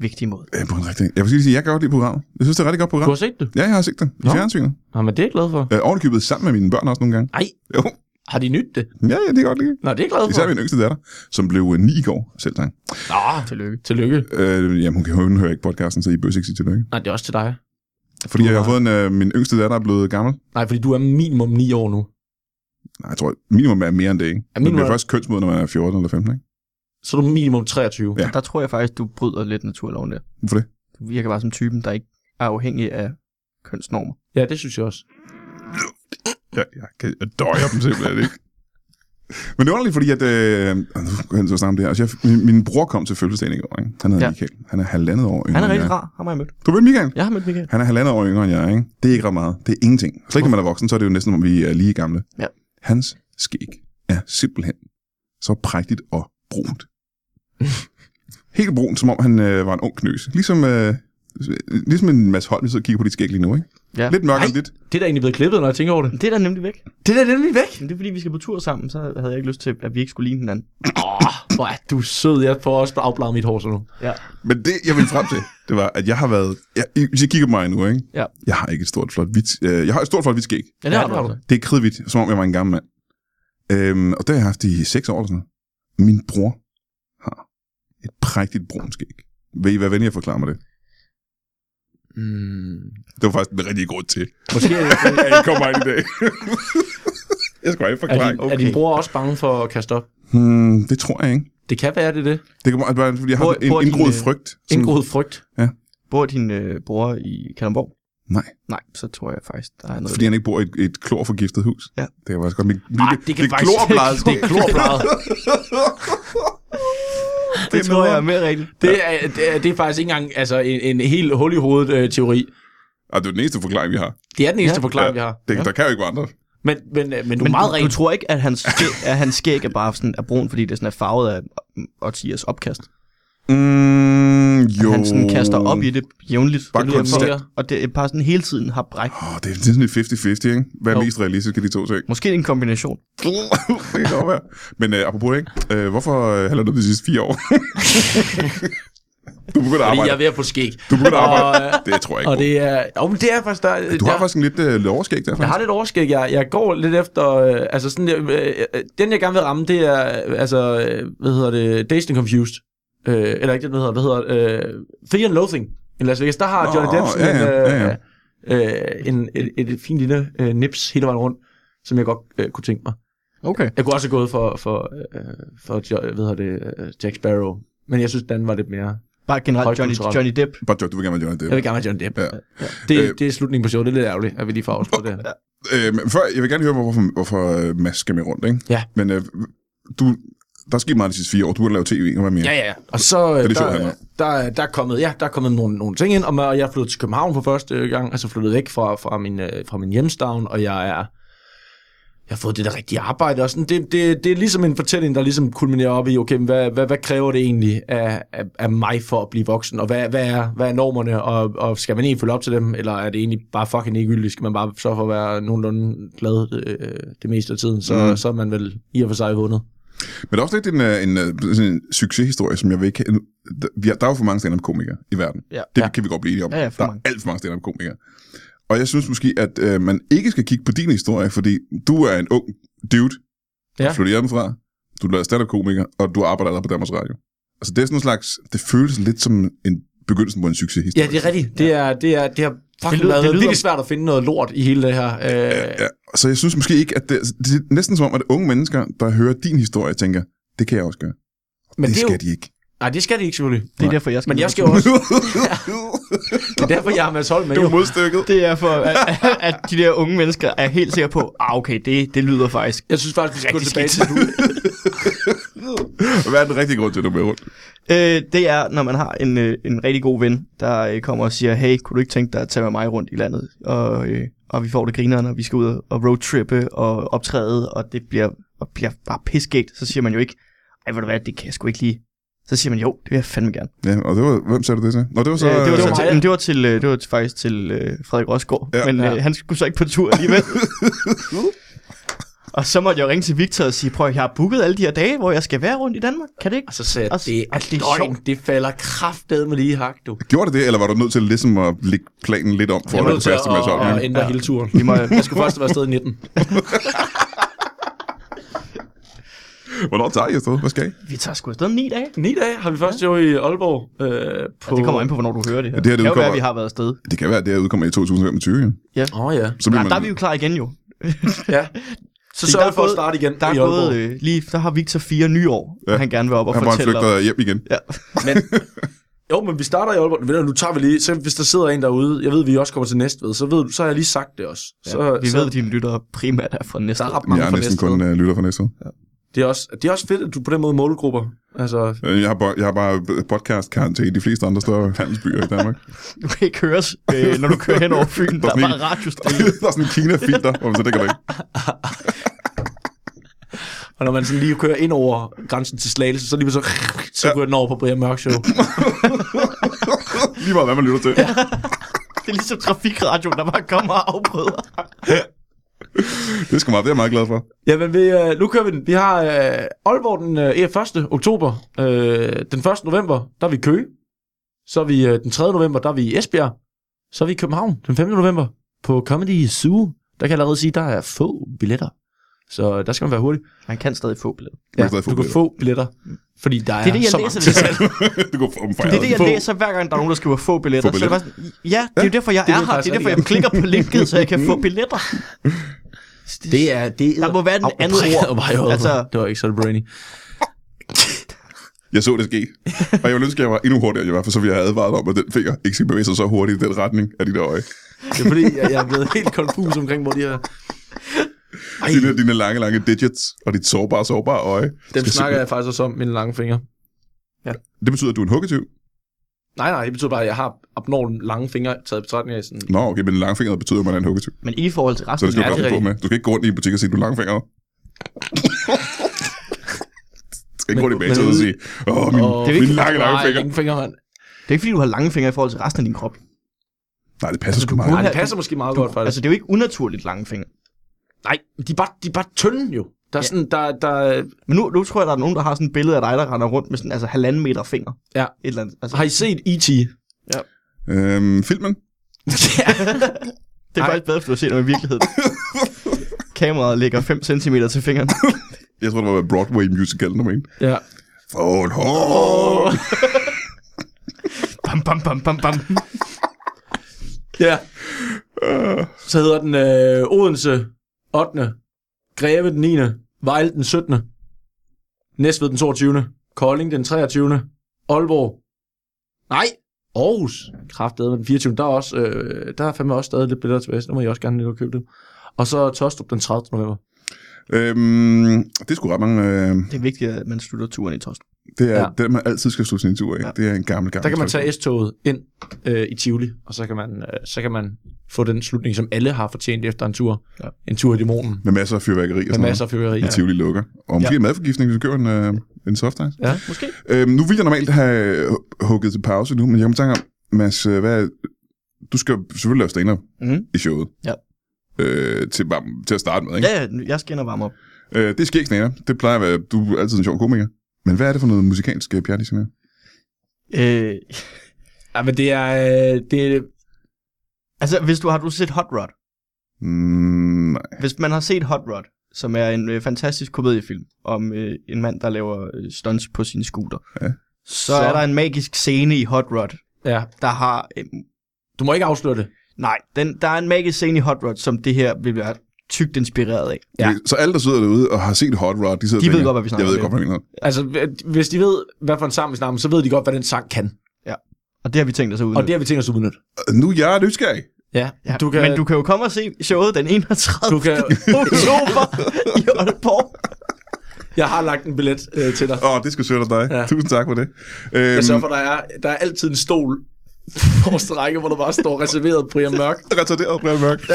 C: vigtig måde?
A: Ja, Øh, på en rigtig. Jeg vil lige sige, jeg kan godt lide programmet. Jeg synes, det er et rigtig godt
B: du
A: program.
B: har set det.
A: Ja, jeg har set det i
B: Nå.
A: fjernsynet.
B: Nå, men det er jeg glad for.
A: Øh, ovenikøbet sammen med mine børn også nogle gange.
B: Ej,
A: Jo,
B: har de nyt det?
A: ja, ja, det er godt lide.
B: Nå, det er jeg glad for.
A: Især min yngste datter, som blev øh, ni i går, selv tak.
B: Nå,
C: Tillykke.
B: tillykke.
A: Øh, jamen, hun, kan, hun hører ikke podcasten, så I bør ikke sige tillykke.
B: Nej, det er også til dig.
A: Fordi
B: Du
A: jeg har
B: har-
A: fået en, øh, min yngste datter er blevet gammel.
B: Nej, fordi du er minimum 9 år nu.
A: Nej, jeg tror, minimum er mere end det, ikke?
B: Ja,
A: Man
B: minimum
A: bliver
B: er-
A: først kønsmod, når man er 14 eller 15, ikke?
B: Så er du minimum 23.
A: Ja.
C: Der tror jeg faktisk, du bryder lidt naturloven der.
A: Hvorfor det?
C: Du virker bare som typen, der ikke er afhængig af kønsnormer.
B: ja det synes jeg også.
A: Jeg, jeg, kan, jeg døjer dem simpelthen, ikke? [laughs] Men det er underligt, fordi at... Øh, åh, nu kan jeg så snakke om det her. Altså, jeg, min, min, bror kom til fødselsdagen i går, ikke? Han hedder
C: Ja.
A: ja. Michael. Han er halvandet år yngre
C: Han er
A: end
C: rigtig
A: jeg.
C: rar. Ham har jeg mødt.
A: Du ved Michael?
C: Jeg har mødt Michael.
A: Han er halvandet år yngre end jeg, ikke? Det er ikke ret meget. Det er ingenting. Slet ikke, når man er voksen, så er det jo næsten, om vi er lige gamle.
C: Ja.
A: Hans skæg er simpelthen så prægtigt og
C: [laughs]
A: brunt. Helt brunt, som om han øh, var en ung knøs. Ligesom, øh, ligesom en masse hold, vi sidder og kigger på dit skæg lige nu, ikke?
C: Ja.
A: Lidt mørkere
B: Ej.
A: end dit.
B: Det er da egentlig blevet klippet, når jeg tænker over det.
C: Det er da nemlig væk.
B: Det er da nemlig væk.
C: Men det er fordi, vi skal på tur sammen, så havde jeg ikke lyst til, at vi ikke skulle ligne hinanden.
B: Åh, hvor er du sød. Jeg får også afbladet mit hår så nu.
C: Ja.
A: Men det, jeg ville frem til, det var, at jeg har været... Jeg, hvis I kigger på mig nu, ikke?
C: Ja.
A: Jeg har ikke et stort, flot hvidt... Øh, jeg har et stort, flot hvidt skæg.
C: Ja, det
B: Ja,
C: har
B: det
C: du.
B: har
C: altså.
A: Det er kridhvidt, som om jeg var en gammel mand. Øhm, og det har jeg haft i seks år eller sådan noget. Min bror har et prægtigt brun skæg. Vil I være venlige at forklare mig det?
B: Mm.
A: Det var faktisk den rigtige grund til,
B: Måske er, det-
A: [laughs] at I kommer ind i dag. jeg skal ikke
B: er,
A: forklare.
B: din, er din bror også bange for at kaste op?
A: Hmm, det tror jeg ikke.
B: Det kan være, det er det.
A: Det kan være, fordi jeg har
C: Hvor-
A: sådan en
C: hvor er din,
A: indgroet
C: øh,
A: frygt. Sådan-
B: Indgroet frygt.
C: Bor din øh, bror i Kalundborg?
A: Nej.
C: Nej, så tror jeg faktisk, der er noget.
A: Fordi han ikke bor i et, et klorforgiftet hus.
C: Ja.
A: Det kan faktisk godt. Men,
B: Ej, Ah, det kan faktisk
A: klorbladet-
B: [laughs] Det er klorbladet.
C: det, det tror jeg er mere rigtigt.
B: Det er, det, er, det er faktisk ikke engang altså, en, en helt hul i hovedet øh, teori.
A: Ej, Ah, det er den eneste forklaring, vi har.
B: Det er den eneste ja,
C: Ja.
B: forklaring, vi har.
A: Det, Der kan jo ikke være andre. Mm,
B: Men, men, øh, men du er
C: Men
B: meget
C: du, du
B: ren.
C: tror ikke, at hans skæg, at hans skæg er bare sådan, er brun, fordi det sådan er farvet af årtiers opkast?
A: Mm, jo.
C: Han sådan kaster op i det jævnligt.
A: Bare
C: det lyder
A: konstant.
C: for- Og det er bare sådan hele tiden har bræk.
A: Åh, det, er, det er sådan lidt 50-50, ikke? Hvad er
C: Jo.
A: mest realistisk af de to ting?
C: Måske det er en kombination.
A: det kan godt være. Men øh, apropos, ikke? Øh, hvorfor øh, handler du de sidste fire år? du begynder at
B: Fordi
A: arbejde.
B: jeg er ved at få skæg.
A: Du begynder at arbejde.
B: Og, øh,
A: Det tror jeg ikke
B: og
A: på.
B: det er... Jo, men det er faktisk... Der,
A: Du har
B: der,
A: faktisk en lidt øh, overskæg der,
B: Jeg
A: faktisk.
B: har lidt overskæg. Jeg, jeg går lidt efter... Øh, altså sådan, jeg, øh, øh, den, jeg gerne vil ramme, det er... Øh, altså, øh, hvad hedder det? Dazed and Confused. Øh, eller ikke det, den hedder. Hvad hedder det? Øh, Fear and Loathing. I Las Vegas. Der har
A: Nå,
B: Johnny Depp sådan
A: ja, ja, ja, ja.
B: en, øh, øh, en, et, et, et fint lille øh, nips hele vejen rundt, som jeg godt øh, kunne tænke mig.
C: Okay.
B: Jeg kunne også have gået for, for, øh, for jo, hvad hedder det, øh, Jack Sparrow. Men jeg synes, den var lidt mere...
C: Bare generelt Johnny,
B: Højkulturelt.
C: Johnny Depp.
A: Bare joke, du vil gerne være Johnny Depp.
B: Jeg vil gerne have Johnny Depp.
A: Ja.
B: Det,
A: Øh.
B: det er slutningen på showet. Det er lidt ærgerligt, at vi lige får afsluttet [laughs] det her.
A: Øh, men før, jeg vil gerne høre, hvorfor, hvorfor øh, Mads skal med rundt, ikke?
B: Ja.
A: Men øh, du, der er sket meget de sidste fire år. Du har lavet tv, ikke? Hvad mere?
B: Ja, ja. Og så øh,
A: det sjovt,
B: der,
A: han
B: der,
A: er.
B: der, der, er kommet, ja, der er kommet nogle, nogle ting ind, og og jeg er flyttet til København for første gang, altså flyttet væk fra, fra, min, øh, fra min hjemstavn, og jeg er jeg har fået det der rigtige arbejde og sådan. Det, det, det er ligesom en fortælling, der ligesom kulminerer op i, okay, men hvad, hvad, hvad kræver det egentlig af, af, af mig for at blive voksen, og hvad, hvad, er, hvad er normerne, og, og skal man egentlig følge op til dem, eller er det egentlig bare fucking ikke gyldigt, skal man bare så for at være nogenlunde glad øh, det meste af tiden, så,
A: Mm.
B: mm. så er man vel i og for sig vundet.
A: Men der er også lidt en, øh, en, øh, sådan en succeshistorie, som jeg vil ikke... der- vi har- Der er jo for mange stand-up-komikere i verden.
C: Ja.
A: Det
B: Ja.
A: kan vi godt blive enige om.
C: Ja, ja, for
A: der er
C: mange.
A: alt for mange stand-up-komikere. Og jeg synes måske, at øh, man ikke skal kigge på din historie, fordi du er en ung dude, der
B: Ja.
A: ja. flytter hjemmefra, du er blevet stand-up-komiker, og du arbejder allerede på Danmarks Radio. Altså det er sådan en slags... Det føles lidt som en begyndelsen på en succeshistorie.
B: Ja, det er rigtigt. Det er, det er, det har fucking det
C: Det lyder-
B: lyder, været
C: det lyder-
B: virkelig svært at finde noget lort i hele det her. Øh,
A: Ja, så jeg synes måske ikke, at det, det er næsten som om, at unge mennesker, der hører din historie, tænker, det kan jeg også gøre. Men det, det skal
B: jo,
A: jo... de ikke.
B: Nej, det skal de ikke selvfølgelig.
C: Det er derfor, jeg skal
B: Men
C: med.
B: jeg skal jo også, det er derfor jeg har Mads Holm med.
A: det var
B: Jo.
A: modstykket.
C: Det er for, at, at de der unge mennesker er helt sikre på, ah okay, det, det lyder faktisk.
B: Jeg synes faktisk, vi skal gå tilbage
C: Rigtig
B: til nu.
A: Hvad er den rigtige grund til, at du er med rundt?
C: Øh, det er, når man har en, øh, en rigtig god ven, der øh, kommer og siger, hey, kunne du ikke tænke dig at tage med mig rundt i landet? Og, øh, og vi får det grineren, og vi skal ud og- og roadtrippe og optræde, og det bliver, og bliver bare pissegægt. Så siger man jo ikke, ej, ved du hvad, det kan jeg sgu ikke lige. Så siger man, jo, det vil jeg fandme gerne.
A: Ja, og det var, hvem sagde du det til? Nå, det var
C: Så,
A: så...
C: øh, det, var
B: det
C: så
B: var
A: øh,
C: til,
B: mig.
C: men det var til, øh, det var til- faktisk til øh, Frederik Rosgaard,
A: Ja.
C: ja. men øh,
B: Ja.
C: han skulle så ikke på tur alligevel. og så måtte jeg jo ringe til Victor og sige, prøv at jeg har booket alle de her dage, hvor jeg skal være rundt i Danmark. Kan det ikke?
B: Og Altså, så sagde jeg,
C: Og-
B: det er
C: og det er
B: løgn. Det falder kraftet med lige i hak, du.
A: Gjorde det det, eller var du nødt til ligesom at lægge planen lidt om, for
B: Jeg
A: at
B: er
A: holde
B: nødt til
A: fast til Mads Holm?
B: at, at
A: ikke?
B: ændre
C: Ja.
B: hele turen.
C: Vi må,
B: Jeg skulle først have været afsted i 19.
A: Hvornår tager I afsted? Hvad skal I?
C: vi tager sgu afsted om [laughs] ni dage.
B: 9 dage har vi først jo i Aalborg. Øh, på...
C: Ja, det kommer an på, hvornår du hører det her.
A: Ja, det her, det
C: kan jo
A: udkommer-
C: være, at vi har været afsted.
A: Det kan være, at det her udkommer i 2025. jo.
B: Åh oh, ja.
A: Så bliver
C: Nej, der er
A: man...
C: vi jo klar igen jo.
B: ja. Så
C: Fordi
B: sørg
C: der er
B: for at
C: gået-
B: starte igen
C: Der er
B: i
C: gået
B: Aalborg.
C: øh, lige, der har Victor fire nye år,
A: Ja.
C: ja. han gerne vil op og
A: Han bare
C: fortælle
A: flygter hjem igen.
C: Ja.
B: Jo, men vi starter i Aalborg. Ved du, nu tager vi lige, så hvis der sidder en derude, jeg ved, vi også kommer til Næstved, så, ved, du- så har jeg lige sagt det også. Så,
C: Ja, vi
B: så,
C: ved, at dine lyttere primært er fra næste
B: Der er ret
A: Jeg
B: mange
A: er
B: fra
A: næsten
B: næste
A: kun uh, lytter fra næste
B: Det er, også, det er også fedt, at du på den måde målgrupper. Altså,
A: Øh, jeg har, bo- jeg har bare podcast-karantæne i de fleste andre større handelsbyer i Danmark.
C: Du kan ikke høres, øh, når du kører hen over Fyn. der er bare radiostille.
A: [laughs] der er sådan en Kina-filter, hvor man så det kan du ikke.
B: og når man sådan lige kører ind over grænsen til Slagelse, så lige så, så kører den over på Brian Mørk Show.
A: Lige meget, hvad man lytter til.
C: Det er ligesom trafikradio, der bare kommer og afbryder.
A: Det er sgu meget, det er jeg meget glad for.
B: Jamen, vi, øh, nu kører vi den. Vi har øh, Aalborg den øh, 1. oktober. Øh, den 1. november, der er vi i Køge. Så er vi øh, den 3. november, der er vi i Esbjerg. Så er vi i København den 5. november på Comedy Zoo. Der kan jeg allerede sige, der er få billetter. Så der skal man være hurtig.
C: Man kan stadig få billetter.
A: kan stadig få
B: du kan
A: billetter.
B: få billetter, fordi der er,
C: Det er det, jeg
B: så
C: læser
B: mange.
C: det
A: [laughs]
C: selv.
A: du kan få dem fra
C: Det er det, jeg
B: Få-
C: læser hver gang, der er nogen, der skriver få billetter.
A: Få
C: Så er det bare sådan, ja, det er jo derfor, jeg
B: det er
C: er her.
B: faktisk
C: Det er derfor, jeg
B: rigtig
C: klikker på linket, så jeg
A: [laughs]
C: kan få billetter.
B: Det er, det er,
C: Der må være den anden
B: [laughs]
C: ord. Altså-
B: Altså, det var ikke så brainy.
A: Jeg så det ske. Og jeg ville ønske, at jeg var endnu hurtigere, i hvert fald, så vi havde advaret om, at den finger ikke skal bevæge sig så hurtigt i den retning af dine øje.
B: Det er fordi, jeg, jeg er blevet [laughs] helt konfus omkring, hvor de her... Ej,
A: Dine, dine lange, lange digits og dit sårbare, sårbare øje.
B: dem
A: skal
B: snakker jeg faktisk også om, mine lange fingre.
A: simpelthen- Det betyder, at du er en huggetyv.
B: Nej, nej, det betyder bare, at jeg har abnormt lange fingre taget i betragtning af sådan...
A: Nå, okay, men langfingret betyder, at man er en huggetyv.
C: Men i forhold til
A: Så
C: resten
A: det skal
B: Ja,
A: du
B: det er
A: bare på med. Du skal ikke gå rundt i en butik og sige, du er
B: [laughs]
A: langfingret. du skal ikke gå
B: Men-
A: rundt i bagtid
B: men-
A: og sige, åh, min,
B: Åh,
C: det er
A: min
C: vigtigt.
A: lange, lange finger.
B: Nej, fingre, mand.
C: Det er ikke, fordi du har lange fingre i forhold til resten af din krop.
A: Altså- Nej, det passer sgu meget.
B: Nej,
C: kunne-
B: det passer måske meget godt, faktisk.
C: Altså, det er jo ikke unaturligt lange fingre.
B: Nej, de er bare, de er bare tynde jo. Der er
C: Ja.
B: sådan, der, der...
C: Men nu, nu tror jeg, der er nogen, der har sådan et billede af dig, der render rundt med sådan altså halvanden meter finger.
B: Ja.
C: Et eller andet. Altså,
B: Har I set E [laughs] E.T.?
A: Øhm, filmen?
C: det er
B: Ej.
C: faktisk bedre, hvis du har set dem i [laughs] virkeligheden. Kameraet ligger 5 cm til fingeren.
A: Jeg tror, det var Broadway musical nummer en.
B: ja.
A: Fål hår.
C: [laughs] Bam, bam, bam, bam, bam.
B: Ja. Så hedder den øh, Odense 8. Greve den 9. Vejle den 17. Næstved den 22. Kolding den 23. Aalborg. Nej, Aarhus. Kraftedeme den 24. Der er, også, øh, der er fandme også stadig lidt billeder tilbage, så der må I også gerne lige gå og købe det. Og så Tostrup den 30. november.
A: Øhm, det er sgu ret mange... Øh,
C: Det er vigtigt, at man slutter turen i tost.
A: det er
B: Ja.
A: ja. det, man altid skal slutte sin tur af.
C: Ja.
A: Ja. Det er en gammel, gammel
B: Der kan man
A: tradition.
B: tage S-toget ind øh, i Tivoli, og så kan, man, øh, så kan man få den slutning, som alle har fortjent efter en tur.
C: Ja.
B: Ja. En tur i dæmonen
A: Med masser af fyrværkeri og
B: med
A: sådan
B: masser
A: noget.
B: af fyrværkeri.
A: I Tivoli lukker. Og måske ja. en madforgiftning, hvis vi køber en, øh, en soft ice.
B: Ja.
C: Måske.
A: Øhm, nu vil jeg normalt have øh, hugget til pause nu, men jeg kom i tanke om, Mads, øh, hvad, du skal jo selvfølgelig lave stand
C: Mhm.
A: mm-hmm. i showet.
C: Ja.
A: Øh, til, bare, til at starte med, ikke?
C: Ja, ja, jeg skal ind og varme op.
A: Ja. Øh, det sker ikke stand Det plejer at være, du er altid en sjov komiker. Men hvad er det for noget musikalsk øh, pjat, I skal med?
C: Øh,
B: Ja, men det er... øh, Det er
C: altså, hvis du har du set Hot Rod.
A: Mm, nej.
C: Hvis man har set Hot Rod, som er en øh, fantastisk komediefilm om øh, en mand, der laver øh, stunts på sin scooter,
A: Ja.
C: så, så er der en magisk scene i Hot Rod,
B: ja,
C: der har øh,
B: du må ikke afsløre det.
C: Nej, den, der er en magisk scene i Hot Rod, som det her vil være tygt inspireret af.
B: Ja.
A: Øh, Så alle, der sidder derude og har set Hot Rod, de sidder
C: De
A: og
C: ved
A: tænker,
C: godt, hvad vi snakker
A: Jeg ved
C: om.
A: godt, hvad vi mener.
B: Altså, hv- hvis de ved, hvad for en sang vi snakker om, så ved de godt, hvad den sang kan.
C: Og det har vi tænkt os at
B: Og
C: udnytte.
B: det har vi tænkt os at udnytte.
A: Øh, Nu er jeg nysgerrig.
B: Mm. Ja,
C: ja, du kan... Men du kan jo komme og se showet den 31.
B: du kan,
C: oktober i Aalborg.
B: jeg har lagt en billet øh, til dig.
A: Åh, oh, det skal sødt af dig.
B: Ja.
A: Ja. Tusind tak for det. Øhm,
B: Jeg sørger for, der er, der er altid en stol [laughs] på række, hvor der bare står reserveret Brian Mørk.
A: Retarderet Brian Mørk.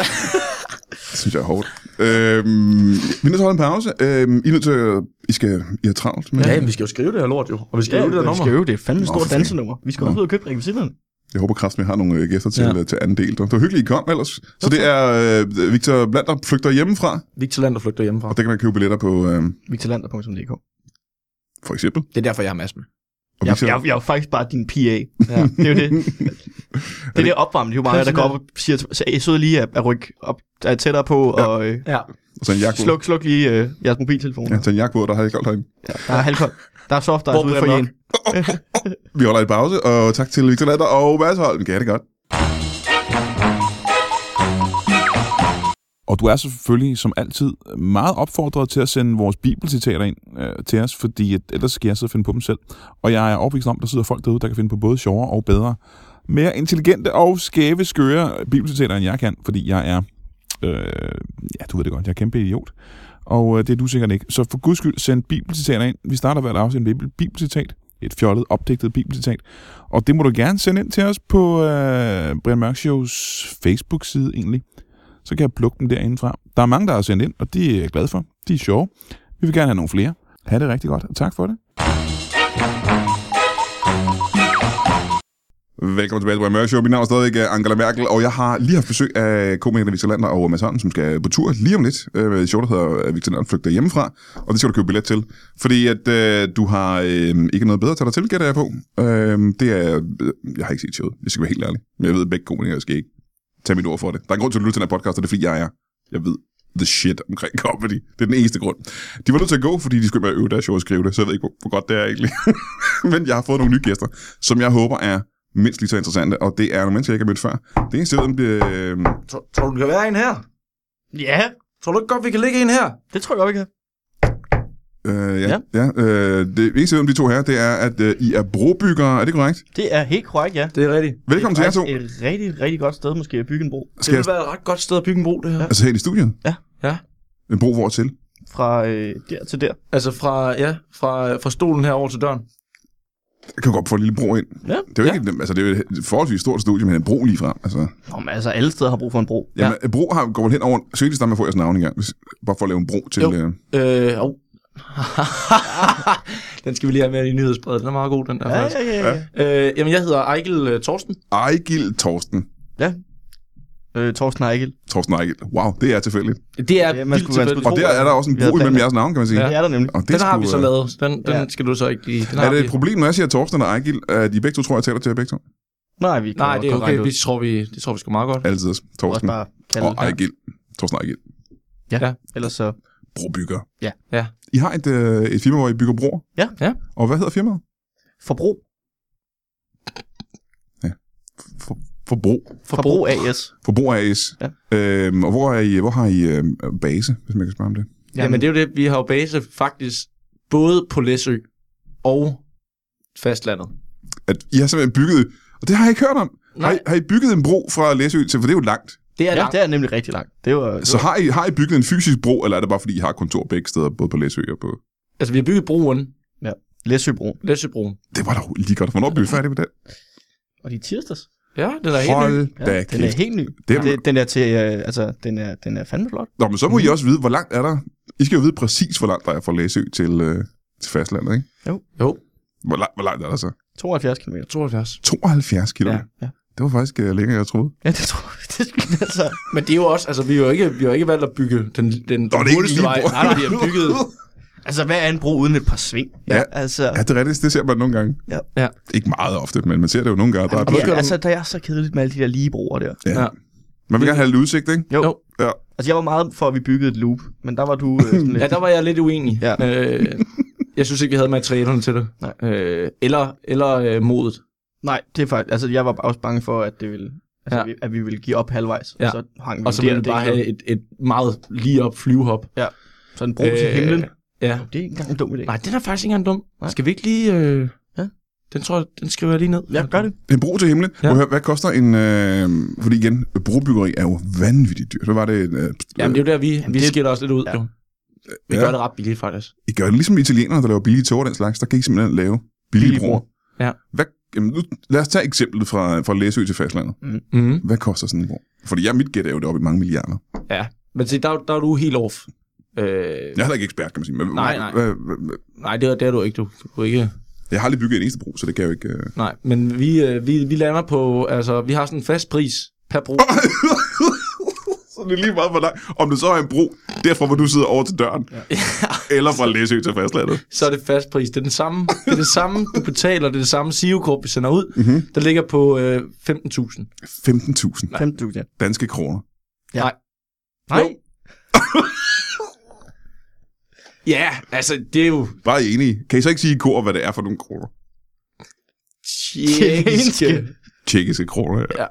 A: det synes jeg er hårdt. Øhm, vi er nødt til at holde en pause. Øhm, I er nødt til at... I, skal, I har travlt med...
B: Ja, men vi skal jo skrive det her lort jo. Og vi skal ja, jo det her
C: vi
B: nummer.
C: skal øve det. er Fandme et
A: Nå,
C: stort
A: for fanden.
C: dansenummer. Vi skal også ud og købe rekvisitterne.
A: Jeg håber kraften, at vi har nogle øh, gæster til,
B: Ja.
A: ja. til anden del. Det var hyggeligt, I kom ellers. Så det er øh, Victor Blander flygter hjemmefra,
B: Victor Lander flygter hjemmefra.
A: og der kan man købe billetter på øh,
C: Victorlander.dk
A: for eksempel.
B: Det er derfor, jeg har masser med.
A: Og
C: jeg,
A: Victor,
C: jeg, jeg er jo faktisk bare din PA.
B: Ja.
C: Det er jo det. Det er det opvarmning. Det er jo
B: Prøv
C: meget, der
B: sådan
C: går op og siger, til- så jeg sidder lige at, at rykke op, er tættere på, og øh,
B: ja.
A: og så en jakke
C: sluk, sluk lige øh, jeres mobiltelefon.
A: Ja, så en jakke der har ikke koldt herinde.
C: Der er halvkold. Der er soft, der
B: Hvor
C: er ude
B: bliver det
C: for en.
A: Vi holder en pause, og tak til Victor Lander og Mads Holm. Ja, det godt.
D: Og du er selvfølgelig som altid meget opfordret til at sende vores bibelcitater ind øh, til os, fordi at ellers skal jeg sidde og finde på dem selv. Og jeg er overbevist om, at der sidder folk derude, der kan finde på både sjovere og bedre, mere intelligente og skæve, skøre bibelcitater, end jeg kan, fordi jeg er, øh, ja du ved det godt, jeg er kæmpe idiot. Og øh, det er du sikkert ikke. Så for guds skyld, send bibelcitater ind. Vi starter hvert afsnit med et bibel- bibelcitat. Et fjollet, opdigtet bibelcitat. Og det må du gerne sende ind til os på øh, Brian Mørk Shows Facebook-side egentlig så kan jeg plukke dem derindefra. Der er mange, der har sendt ind, og det er jeg glad for. De er sjove. Vi vil gerne have nogle flere. Ha' det rigtig godt, og tak for det.
A: Velkommen tilbage til Brian Mørk Show. Mit navn er stadigvæk øh, Angela Merkel, og jeg har lige haft besøg af komikerne Victor Lander og Mads Holm, som skal på tur lige om lidt. Øh, med et show, der hedder øh, Victor Lander flygter hjemmefra, og det skal du købe billet til. Fordi at øh, du har øh, ikke noget bedre at tage dig til, gætter jeg på. Øh, det er, øh, jeg har ikke set showet, jeg skal være helt ærlig. Men jeg ved, at begge komikere skal ikke tage mit ord for det. Der er en grund til, at du lytter til den her podcast, og det er, fordi jeg er. Jeg ved the shit omkring comedy. Det er den eneste grund. De var nødt til at gå, fordi de skulle med at øve deres show og skrive det, så jeg ved ikke, hvor, hvor godt det er egentlig. [laughs] Men jeg har fået nogle nye gæster, som jeg håber er mindst lige så interessante, og det er nogle mennesker, jeg ikke har mødt før. Det eneste, jeg ved, om det øh,
B: Tror, tror du, der kan være en her?
C: Ja,
B: Tror du ikke godt, vi kan lægge en her?
C: det tror jeg godt, vi kan.
A: øh, ja, ja. øh, det eneste, jeg ved, om de to her, det er, at øh, I er brobyggere. Er det korrekt?
C: Det er helt korrekt, ja.
B: Det er rigtigt.
A: Velkommen til jer to.
C: Det er faktisk et rigtig, rigtig godt sted måske at bygge en bro.
B: Det
A: Skal jeg,
B: vil være et ret godt sted at bygge en bro, det her.
A: altså helt i studiet?
C: Ja.
B: Ja.
A: En bro hvor til?
C: Fra øh, der til der.
B: Altså fra, ja, fra, fra stolen her over til døren.
A: Jeg kan godt få en lille bro ind.
C: Ja.
A: Det er jo ikke, et- altså, det er jo et forholdsvis stort studie, men en bro lige frem. Altså,
C: Nå, men altså, alle steder har brug for en bro.
A: jamen, ja. bro har, går vel hen over... Søg lige snart med at få jeres navn engang, hvis, bare for at lave en bro til...
B: Jo.
A: Øh,
B: Øh, oh. [laughs] den skal vi lige have med i nyhedsbrevet. Den er meget god, den der.
C: Ja,
B: faktisk.
C: ja, ja. ja.
B: Øh, jamen, jeg hedder Ejkel øh, Torsten.
A: Ejgil Torsten.
C: Øh, Torsten Eichel.
A: Torsten Ejgil. Wow, det er tilfældigt.
B: Det er
C: Ja, man
B: vildt
C: skulle- man
B: tilfældigt.
A: Og der er der også en
C: øh, Vi havde
A: bro imellem
C: planlagt.
A: jeres navn, kan man sige.
C: Ja.
A: Ja.
C: Det er der nemlig.
A: Og
B: Den har vi så
A: lavet.
B: lavet. Den, den
C: Ja.
B: skal du så ikke give. Den
A: Er
B: har
A: det
B: vi.
A: et problem, når jeg siger Torsten og Ejgil, at de begge to tror, jeg taler til jer begge to?
C: Nej, vi
B: Nej, det er okay.
C: Vi
B: Det tror vi, det tror vi sgu meget godt.
A: Altid.
C: kan også
A: Torsten
C: bare kalde
A: og
C: det.
A: Ejgil. Torsten og Ejgil.
C: Ellers øh, så...
A: Brobygger.
C: Ja.
B: Ja.
A: I har et, øh, et firma, hvor I bygger broer?
C: Ja.
B: Ja.
A: Og hvad hedder firmaet?
C: Forbrug.
A: For, forbrug.
C: Forbrug AS.
A: Forbrug AS.
C: Ja.
A: Øhm, og hvor, er I, hvor har I øh, base, hvis man kan spørge om det?
B: Jamen, Jamen, det er jo det. Vi har jo base faktisk både på Læsø og fastlandet.
A: At I har simpelthen bygget... Og det har jeg ikke hørt om. Har I,
B: Nej,
A: har I bygget en bro fra Læsø til... For det er jo langt.
B: det er
C: ja,
B: langt.
C: det er nemlig rigtig langt. Det var...
A: Så har I, har I bygget en fysisk bro, eller er det bare fordi, I har kontor begge steder, både på Læsø og på...
B: Altså, vi har bygget broen,
C: Læsøbroen.
B: Læsøbroen.
A: Det var da lige godt. Hvornår blev I færdige med det?
C: Og de tirsdags.
B: Ja, den er helt ny.
A: Hold da
C: den er
A: kæft.
C: helt ny.
A: Det
C: Det,
A: er-
C: det, den der til, øh, altså, den er, den er fandme flot.
A: Nå, men så må I også vide, hvor langt er der... I skal jo vide præcis, hvor langt der er fra Læsø til, øh, til fastlandet, ikke?
B: Jo,
A: Hvor, langt, hvor langt er der så?
C: 72 km.
B: 72.
A: 72 km. Ja.
C: ja.
A: Det var faktisk øh, længere, end jeg troede.
C: Ja, det tror jeg. [laughs] Det skulle altså...
B: Men det er jo også, altså, vi har jo ikke, vi har jo ikke valgt at bygge den, den,
A: Nå,
B: den
A: det er ikke
B: hurtigste
A: lige
B: vej.
A: broen.
B: Nej, nej, vi har bygget...
A: [laughs]
C: Altså, hvad er en bro uden et par sving?
A: Ja.
C: Altså,
A: Ja, det er rigtigt. Det ser man nogle gange.
C: Ja.
B: Ja.
A: Ikke meget ofte, men man ser det jo nogle gange. Der er
C: og
A: pludselig-
C: det, altså, der er så kedeligt med alle de der lige broer der.
A: ja.
B: Ja.
A: Man vil gerne have lidt udsigt, ikke?
C: Jo.
B: Jo.
A: Ja.
C: Altså, jeg var meget for, at vi byggede et loop, men der var du øh,
B: [laughs]
C: sådan lidt...
B: Ja, der var jeg lidt uenig.
C: Ja.
B: Øh, jeg synes ikke, vi havde materialerne til det.
C: Nej.
B: Øh, eller eller øh, modet.
C: Nej, det er faktisk... Altså, jeg var også bange for, at det ville... Altså,
B: Ja.
C: ja. at vi ville give op halvvejs, ja.
B: Ja.
C: og så hang vi
B: Og så
C: der,
B: ville vi
C: det er
B: bare
C: ikke
B: have et, et meget lige op flyvehop.
C: noget. Så en bro til
B: Øh,
C: himlen.
B: Ja.
C: Det er ikke engang en dum idé.
B: Nej, den er faktisk ikke engang dum.
C: Nej.
B: Skal vi ikke lige... Øh,
C: Ja.
B: Den tror jeg, den skriver jeg lige ned.
C: Ja, gør det.
A: En bro til himlen.
B: Ja.
A: Ja. Hør, hvad koster en... Øh, fordi igen, brobyggeri er jo vanvittigt dyrt. Så var det... Øh,
B: Jamen, det er jo der, vi, vi
C: det-
B: skiller os lidt ud.
C: Ja.
B: Ja. Jo.
A: Ja.
B: Vi ja. gør det ret billigt, faktisk.
A: I gør det ligesom italienere, der laver billige tog og den slags. Der kan I simpelthen lave billige,
C: Billige
A: billige broer.
B: broer. Ja.
A: Hvad, jamen, nu, lad os tage eksemplet fra, fra Læsø til fastlandet.
B: Mm.
A: Hvad koster sådan en bro? Fordi jeg, mit gæt er jo deroppe i mange milliarder.
B: Ja. Men se, der, der er du helt off. Øh,
A: Jeg er heller ikke ekspert, kan man sige. Men,
B: Nej, nej.
A: Hvad, hvad, hvad,
B: Nej, det er, det er du ikke. Du, du er ikke...
A: jeg har aldrig bygget en eneste bro, så det kan jeg jo ikke... Øh.
B: Nej, men vi, øh, vi, vi lander på... Altså, vi har sådan en fast pris per brug.
A: så det er lige meget for dig. Om det så er en bro derfra, hvor du sidder over til døren. Ja. [laughs] eller fra Læsø til fastlandet.
B: så er det fast pris. Det er, den samme, det er det samme, du betaler, det er det samme SIO-kort, vi sender ud,
C: Mhm.
B: mm-hmm. der ligger på øh, 15.000.
A: 15.000
C: 5.000. ja.
A: danske kroner.
C: Nej,
B: Jo. Ja, altså, det er jo
A: Bare I er enige. Kan I så ikke sige i kor, hvad det er for nogle kroner?
B: tjekkiske.
A: Tjekkiske kroner,
B: Ja.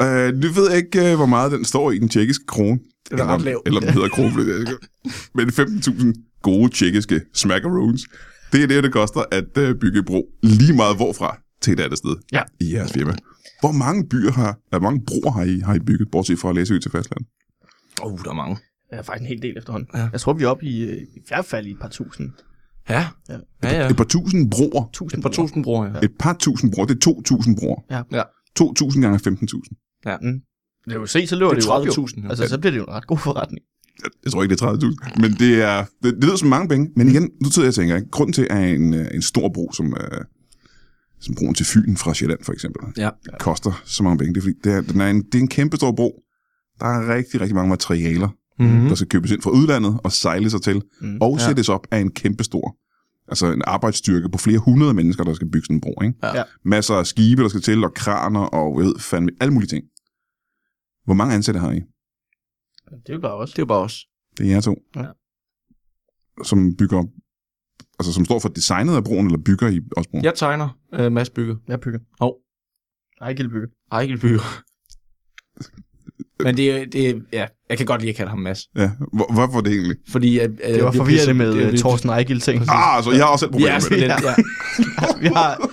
A: Øh, nu ved jeg ikke, øh, hvor meget den står i den tjekkiske krone.
B: Den er
A: eller,
B: ret lav.
A: Eller den hedder krone. for det ved jeg ikke. Men 15.000 gode tjekkiske smackaroons. Det er det, det koster at øh, bygge bro. Lige meget hvorfra til et andet sted
C: Ja.
A: i jeres firma. Hvor mange byer har, hvor mange broer har I, har I bygget, bortset fra Læsø til fastlandet?
B: Åh, oh, der er mange.
C: det er faktisk en hel del efterhånden.
B: Ja.
C: Jeg tror, vi er oppe i, øh, i hvert fald i et par tusind.
B: Ja,
C: Ja.
B: ja, ja. ja.
A: Et par tusind broer.
C: Tusind
B: Et par tusind bruger, ja.
A: Et par tusind broer. Det er 2.000 broer.
C: Ja.
B: Ja.
A: 2.000 gange 15.000.
C: Det er jo se, så løber det,
B: Det er
C: det jo op, jo.
B: 30.000, ja.
C: Altså, så bliver det jo en ret god forretning.
A: Jeg tror ikke, det er 30.000. Men det, er, det, det lyder som mange penge. Men igen, nu sidder jeg og tænker, ikke? grunden til, at en, øh, en stor bro, som, øh, som broen til Fyn fra Sjælland for eksempel,
B: Ja.
A: koster så mange penge. Det er, fordi det er, den er en, det er en kæmpe stor bro. Der er rigtig, rigtig mange materialer, mm.
B: Mm-hmm.
C: Mhm.
A: der skal købes ind fra udlandet og sejles sig til.
C: Mm.
A: Mm. Og sættes op af en kæmpe stor altså en arbejdsstyrke på flere hundrede mennesker, der skal bygge sådan en bro. Ikke?
C: Ja.
A: Masser af skibe, der skal til, og kraner, og jeg ved fandme, alle mulige ting. Hvor mange ansatte har I?
C: Det er jo bare også.
B: Det er jo bare os.
A: Det er jer to.
C: Ja.
A: Som bygger, altså som står for designet af broen, eller bygger i også broen.
B: Jeg tegner øh, Mads Bygge.
C: Jeg bygger.
B: Hov.
C: Nej, ikke bygger.
B: Ejkel Bygge. Men det, er- det, er- ja, jeg kan godt lide at kalde ham Mads.
A: Ja. Hvor, hvorfor det egentlig?
B: Fordi, at, øh,
C: Det var
B: vi-
C: forvirrende
B: vi-
C: med
B: det-
C: øh,
B: det-
C: Thorsten Eichel ting.
A: Ah, så jeg har også selv
B: Vi
A: problemer
B: er
A: med
B: sådan
A: det.
B: lidt, ja. [laughs]
C: vi har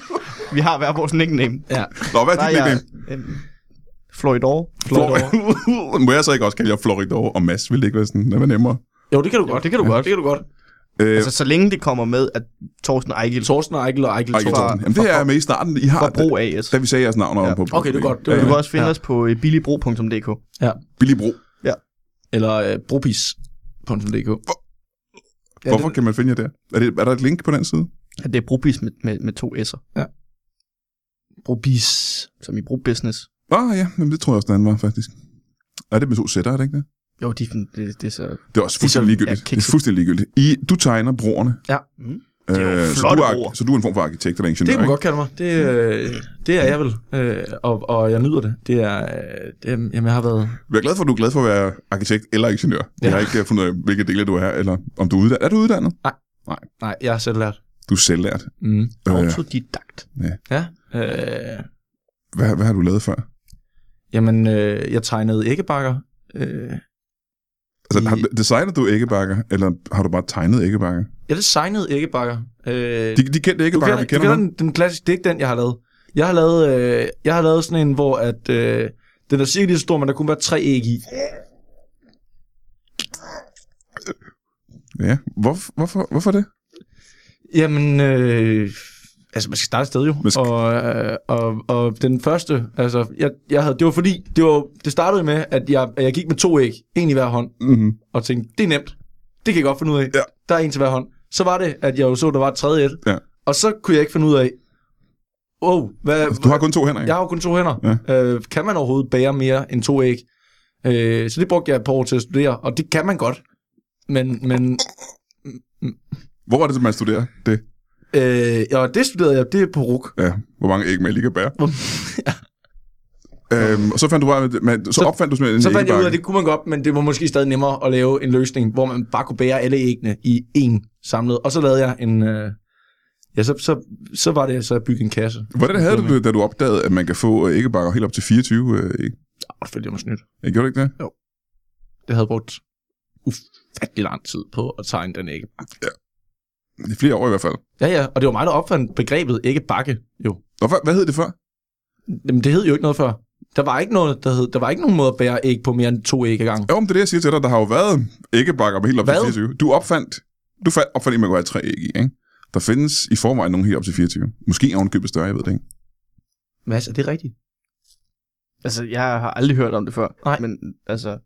C: vi har hver vores nickname.
B: ja.
A: Nå, hvad er
C: Der
A: dit
C: er jeg
A: nickname?
C: øhm, Floridor.
A: Flor- [laughs] Må jeg så ikke også kalde jer Floridor og Mads? Vil det ikke være sådan, det var nemmere?
B: Jo, det kan du godt.
C: det kan du godt.
B: Det kan du godt.
A: Øh,
C: Altså, så længe det kommer med, at Thorsten Eichel
B: Thorsten Ejkel og Ejkel
A: ej, jeg
B: Thorsten.
A: tror den. Jamen, det er med i starten. I har,
C: får brug af os.
A: da vi sagde jeres navn ja.
C: Ja.
A: på
B: Okay, det er godt. Det er
A: Ja,
C: Du
A: ja.
C: kan også finde
B: Ja.
C: os på øh, billigbro.dk.
A: Billig Bro.
B: Eller øh, brupis.dk. Ja,
A: Hvorfor
B: den-
A: kan man finde jer der? Er, det, er der et link på den side?
C: Ja, det er brobis med, med, med to s'er,
B: Brupis.
C: som i brobusiness.
A: Ah ja, men det tror jeg også, den var faktisk. Er det med to sætter, er det ikke det?
C: Jo, de, det, det er så...
A: Det er også fuldstændig ligegyldigt.
C: ja,
A: det er
C: kikset.
A: fuldstændig ligegyldigt. I, du tegner broerne.
B: Ja.
C: Mm.
A: Øh,
C: er jo
A: så,
C: flotte
A: du er,
C: broer.
A: så du er en form for arkitekt eller ingeniør,
B: Det kan man
A: ikke?
B: godt kalde mig. Det, øh, det er jeg vel. Øh, og, og jeg nyder det. Det er... øh, Det, er- jamen, jeg har været...
A: Jeg er glad for, at du er glad for at være arkitekt eller ingeniør. Ja. Jeg har ikke øh, fundet ud af, hvilke dele du er, eller om du er uddannet. Er du uddannet?
B: Nej, jeg har selv lært.
A: Du er selvlært.
B: Mm.
A: Øh,
C: Autodidakt.
B: Ja. Øh,
A: hvad, hvad har du lavet før?
B: jamen, øh, jeg tegnede æggebakker. Øh,
A: Altså,
B: I-
A: har, designer du æggebakker, eller har du bare tegnet æggebakker?
B: jeg designede æggebakker. Øh,
A: De, de kendte
B: du
A: æggebakker,
B: kender,
A: vi kender
B: du kender
A: nu.
B: den, den klassiske, det er ikke den, jeg har lavet. Jeg har lavet, øh, jeg har lavet sådan en, hvor at, øh, den er cirka lige så stor, men der kunne være tre æg i.
A: Ja. Hvor, hvorfor, hvorfor det?
B: Jamen, øh, altså man skal starte et sted jo.
A: Man skal-
B: Og, øh, og, og den første, altså jeg, jeg havde, det var fordi, det, var, det startede med, at jeg, at jeg gik med to æg, en i hver hånd,
A: Mm-hmm.
B: og tænkte, det er nemt, det kan jeg godt finde ud af,
A: Ja.
B: der er en til hver hånd. Så var det, at jeg jo så, der var et tredje et,
A: Ja.
B: og så kunne jeg ikke finde ud af, wow, hvad,
A: Altså, Du har kun to hænder, ikke?
B: jeg har jo kun to hænder. Ja. Øh, kan man overhovedet bære mere end to æg? Øh, så det brugte jeg et par år til at studere, og det kan man godt. Men, men
A: Hvor var det, man studerer det?
B: øh, og det studerede jeg, det er på RUK.
A: Ja, hvor mange æg man lige kan bære. øhm, og så fandt du bare, man, så, så
B: Så-
A: opfandt du sådan en
B: Så fandt jeg ud
A: æggebakke.
B: af, at det kunne man godt, men det var måske stadig nemmere at lave en løsning, hvor man bare kunne bære alle æggene i én samlet. Og så lavede jeg en... Øh, ja, så, så, så var det så at bygge en kasse.
A: Hvordan havde du det, da du opdagede, at man kan få øh, æggebakker helt op til 24 øh, æg?
B: Åh, det følte jeg mig snydt.
A: Jeg gjorde du ikke det?
B: Det havde brugt ufattelig lang tid på at tegne den ægge.
A: I flere år i hvert fald.
B: Ja, ja, og det var mig, der opfandt begrebet æggebakke, jo.
A: Hvorfor, hvad hed det før?
B: Jamen, det hed jo ikke noget før. Der var ikke, noget, der, hed, der var ikke nogen måde at bære æg på mere end to æg ad gangen.
A: Jo, men det er det, jeg siger til dig. Der har jo været æggebakker med helt op til
B: Hvad?
A: 24. Du opfandt, du fandt, opfandt, at man kunne have tre æg i, ikke? Der findes i forvejen nogen helt op til 24. Måske er købet større, jeg ved det ikke.
B: Mads, er det rigtigt?
C: Altså, jeg har aldrig hørt om det før.
B: Nej.
C: Men altså,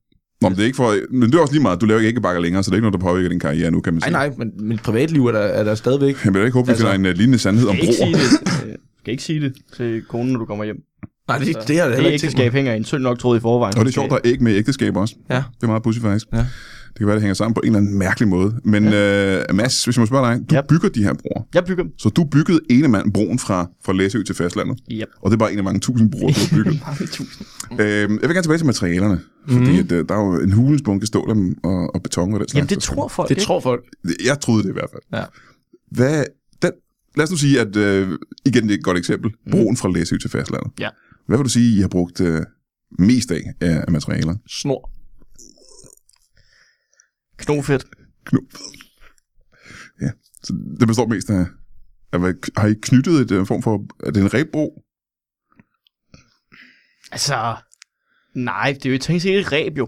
A: Nå, men det er ikke for... Men det er også lige meget. Du laver ikke æggebakker længere, så det er ikke noget, der påvirker din karriere nu, kan man
B: Nej,
A: sige.
B: nej, men mit privatliv er der, er der stadigvæk.
A: Jeg vil da ikke håbe, vi
B: Altså-
A: finder en uh, lignende sandhed om
C: skal ikke
A: broer.
C: sige det. øh, skal ikke sige det til konen, når du kommer hjem.
B: Nej, det, det
C: Altså,
B: er det
C: Det
B: heller ikke tænkt mig.
C: ægteskab hænger i en tynd nok tråd i forvejen.
A: Og det er sjovt, der er æg med i ægteskab også.
B: Ja.
A: Det er meget pussy faktisk.
B: Ja.
A: Det kan være, det hænger sammen på en eller anden mærkelig måde. Men ja. øh, Mads, hvis jeg må spørge dig, du
C: Ja.
A: bygger de her broer.
C: Jeg bygger dem.
A: Så du byggede ene mand broen fra, fra Læsø til fastlandet.
C: Yep.
A: Og det er bare en af mange tusind broer, du
C: [laughs]
A: har bygget.
C: Mange tusind. Mhm.
A: øhm, jeg vil gerne tilbage til materialerne. Fordi mm. at, øh, der er jo en hulens bunke stål og- og, og beton og den slags.
C: Jamen, det
A: der skal-
C: tror folk
B: Det
C: ikke.
B: tror folk.
A: Jeg troede det i hvert fald.
B: Ja.
A: Hvad, den, lad os nu sige, at øh, igen det er et godt eksempel. Broen fra Læsø til fastlandet.
C: Mhm. Ja.
A: Hvad vil du sige, I har brugt øh, mest af, af af materialer?
B: Snor.
C: Knofedt.
A: Så det består mest af... af hvad- Har I knyttet et øh, form for... Er det en rebro?
C: Altså, nej, det er jo ikke tænkt ikke et ræb, jo.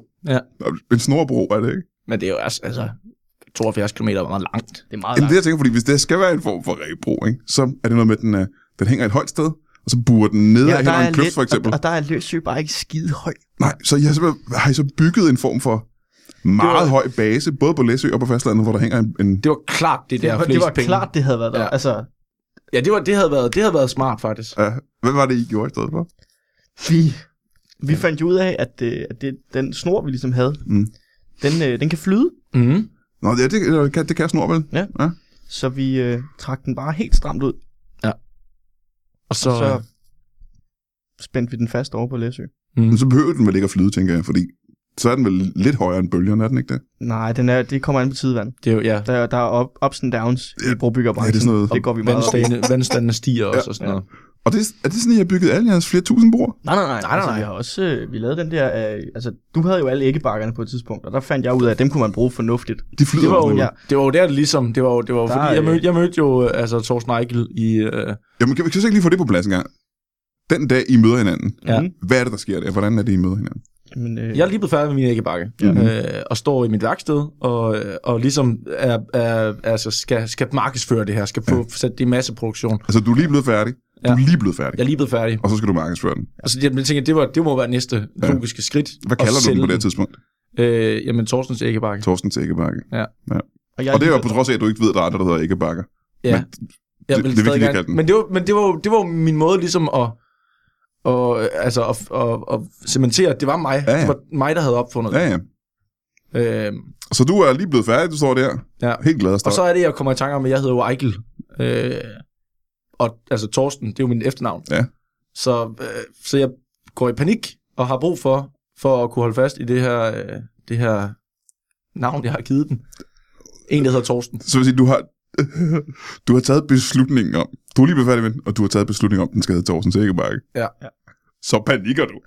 A: En snorbro, er det ikke?
B: Men det er jo altså, altså 72 km var meget langt.
C: Det er
A: Jamen,
C: meget
A: det
C: langt.
A: jeg tænker, fordi hvis det skal være en form for rebro, ikke, så er det noget med, at den, øh, den hænger et højt sted, og så burer den ned ja, hen over en kløft, for eksempel.
C: og, og der er løsø bare ikke skide høj.
A: Nej, så I har, simpelthen- har I så bygget en form for meget høj base, både på Læsø og på fastlandet, hvor der hænger en... en
B: Det var klart det der
C: Det var, det
B: flest
C: var
B: penge.
C: klart, det havde været der.
B: Ja.
C: Ja. Altså,
B: Ja, det, var, det, havde været, det havde været smart faktisk.
A: ja, hvad var det, I gjorde i stedet for?
C: vi, vi fandt jo ud af, at, øh, at det, den snor, vi ligesom havde,
A: Mm.
C: den, øh, den kan flyde.
B: Mm.
A: Nå, det, det, det, kan, det kan snor, vel?
C: Så vi øh, trak den bare helt stramt ud.
B: Og så,
C: Så, så spændte vi den fast over på Læsø.
A: Men så behøver den vel ikke at flyde, tænker jeg, fordi så er den vel lidt højere end bølgerne, er den ikke det?
C: Nej, den er, det kommer an på tidevand.
B: Det er jo, ja.
C: Der, der er up, ups and downs i brobyggerbranchen.
A: Ja, det er sådan noget-
C: det går vi meget op
B: [laughs]
C: i.
B: Vandstandene, vandstandene stiger også og sådan noget.
A: Og det, er det sådan, at I har bygget alle jeres flere tusind broer?
C: Nej, nej, nej.
B: nej,
C: Altså,
B: nej.
C: vi har også øh, vi lavede den der... Øh, altså, du havde jo alle æggebakkerne på et tidspunkt, og der fandt jeg ud af, at dem kunne man bruge fornuftigt.
A: De flyder
B: Det var,
A: også
B: jo,
A: nemlig.
B: ja. det var jo der, det ligesom, det var jo, det var jo
C: Der
B: fordi,
C: er,
B: jeg
C: øh,
B: mødte, jeg mødte jo øh, altså, Thorsten Eichel i, øh,
A: Jamen, kan vi kan vi så ikke lige få det på plads engang? Den dag, I møder hinanden,
B: Ja.
A: hvad er det, der sker der? Hvordan er det, I møder hinanden?
C: Mhm. Men, øh,
B: jeg er lige blevet færdig med min æggebakke,
A: Mhm.
B: øh, og står i mit værksted, og, øh, og ligesom er, er, altså skal, skal markedsføre det her, skal få ja. sat det i masseproduktion.
A: Altså, du er lige blevet færdig. Du er lige blevet færdig.
B: Jeg er lige blevet færdig.
A: Og så skal du markedsføre den.
B: Og så Altså, jeg tænker, det, var, det må være næste
A: Ja.
B: ja. logiske skridt.
A: Hvad
B: at
A: kalder du den
B: sælge
A: på det her tidspunkt?
B: Øh, jamen, Thorstens æggebakke.
A: Torsten til Æggebakke.
C: og, jeg
A: Og det er jo på trods af, at du ikke ved, at der er andre, der hedder Æggebakker.
B: Ja.
A: Men det- det vil vi
B: stadig
A: ikke
B: gerne-
A: kalde den.
B: Men det var, men det var, jo- det var jo min måde ligesom at, og, øh, altså at, at, at cementere, at det var mig.
A: Ja, ja.
B: Det var mig, der havde opfundet
A: Ja,
B: det.
A: ja.
B: Øh,
A: Så du er lige blevet færdig, du står der.
B: Ja.
A: Helt glad og
B: og
A: stolt.
B: så er det, jeg kommer i tanke om, at jeg hedder jo Eichel. Øh, og altså Torsten, det er jo min efternavn.
A: Ja.
B: Så, øh, så jeg går i panik og har brug for, for at kunne holde fast i det her, øh, det her navn, jeg har givet den. En, der hedder Torsten.
A: Så vil sige, du har, [laughs] du har taget beslutningen om, du er lige blevet færdig med den, og du har taget beslutningen om, den skal hedde Torsten Sækkebakke.
B: Ja.
A: Så panikker du.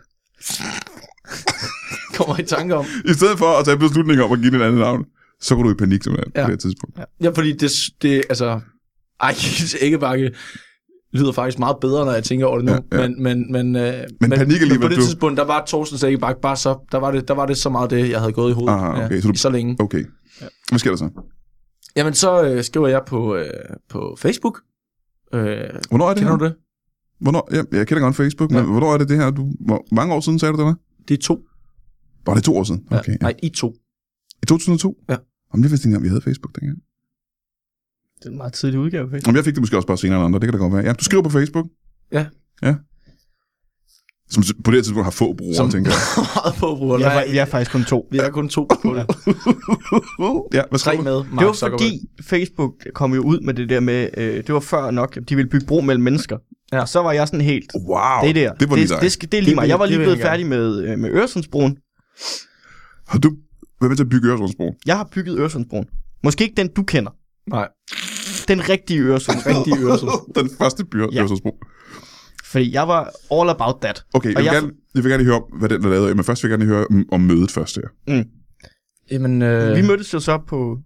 B: Kommer i tanke om.
A: I stedet for at tage beslutningen om at give den et andet navn, så går du i panik simpelthen ja.
B: Ja.
A: på det her tidspunkt.
B: Ja, fordi det, det altså, [laughs] Ejkels æggebakke lyder faktisk meget bedre, når jeg tænker over det nu.
A: Ja,
B: Ja,
A: ja.
B: ja. Men, men, men, øh,
A: panik
B: men på
A: alligevel,
B: det
A: du-
B: tidspunkt, der var Torstens æggebakke bare så, der var, det, der var det så meget det, jeg havde gået i hovedet
A: Aha, okay,
B: ja,
A: så du-
B: så længe.
A: Okay. Hvad sker der så?
B: Jamen, så øh, skriver jeg på, øh, på Facebook. Øh,
A: Hvornår er det
B: kender
A: her?
B: du det?
A: Hvornår, ja, jeg kender godt Facebook, men
B: Ja.
A: hvornår er det det her? Du, hvor mange år siden sagde du det var?
B: Det er to.
A: Var det to år siden?
B: Ja.
A: Okay. Ja.
B: Nej, i to.
A: I 2002?
B: Ja.
A: Jamen, jeg vidste ikke engang, vi havde Facebook dengang.
C: Det er en meget tidlig udgave, faktisk.
A: Jamen, jeg fik det måske også bare senere end andre, det kan da godt være. Ja, du skriver på Facebook.
B: Ja.
A: Ja. Som på det her tidspunkt har få brugere, Som... tænker jeg.
B: [laughs] meget på bruger.
C: Vi er, fa- vi er faktisk [laughs] kun to.
B: vi er kun to på det.
A: ja, hvad
B: Tre
A: skriver du?
B: med.
C: Det var
B: Mark Zuckerberg.
C: fordi Facebook kom jo ud med det der med, øh, det var før nok, at de ville bygge bro mellem mennesker.
B: Ja.
C: Og så var jeg sådan helt,
A: Wow,
C: det der,
A: det var lige
C: det,
A: dig.
C: det, skal, det er lige
B: Det
C: mig.
B: vil-
C: Jeg var
B: det
C: lige
B: vil
C: blevet
B: jeg
C: færdig med, øh, med Øresundsbroen.
A: Har du været med til at bygge Øresundsbroen?
C: Jeg har bygget Øresundsbroen. Måske ikke den, du kender.
B: Nej.
C: Den rigtige Øresund. rigtige Øresund. [laughs]
A: Den første by, ja.
C: Ja.
A: Øresundsbro.
C: Fordi jeg var all about that.
A: Okay, jeg
C: Og
A: vil, jeg...
C: jeg-
A: Gerne, jeg vil gerne lige høre om, hvad den er lavet af, men først vil jeg gerne lige høre om, om mødet først her.
B: Jamen, øh,
C: Vi mødtes jo så på,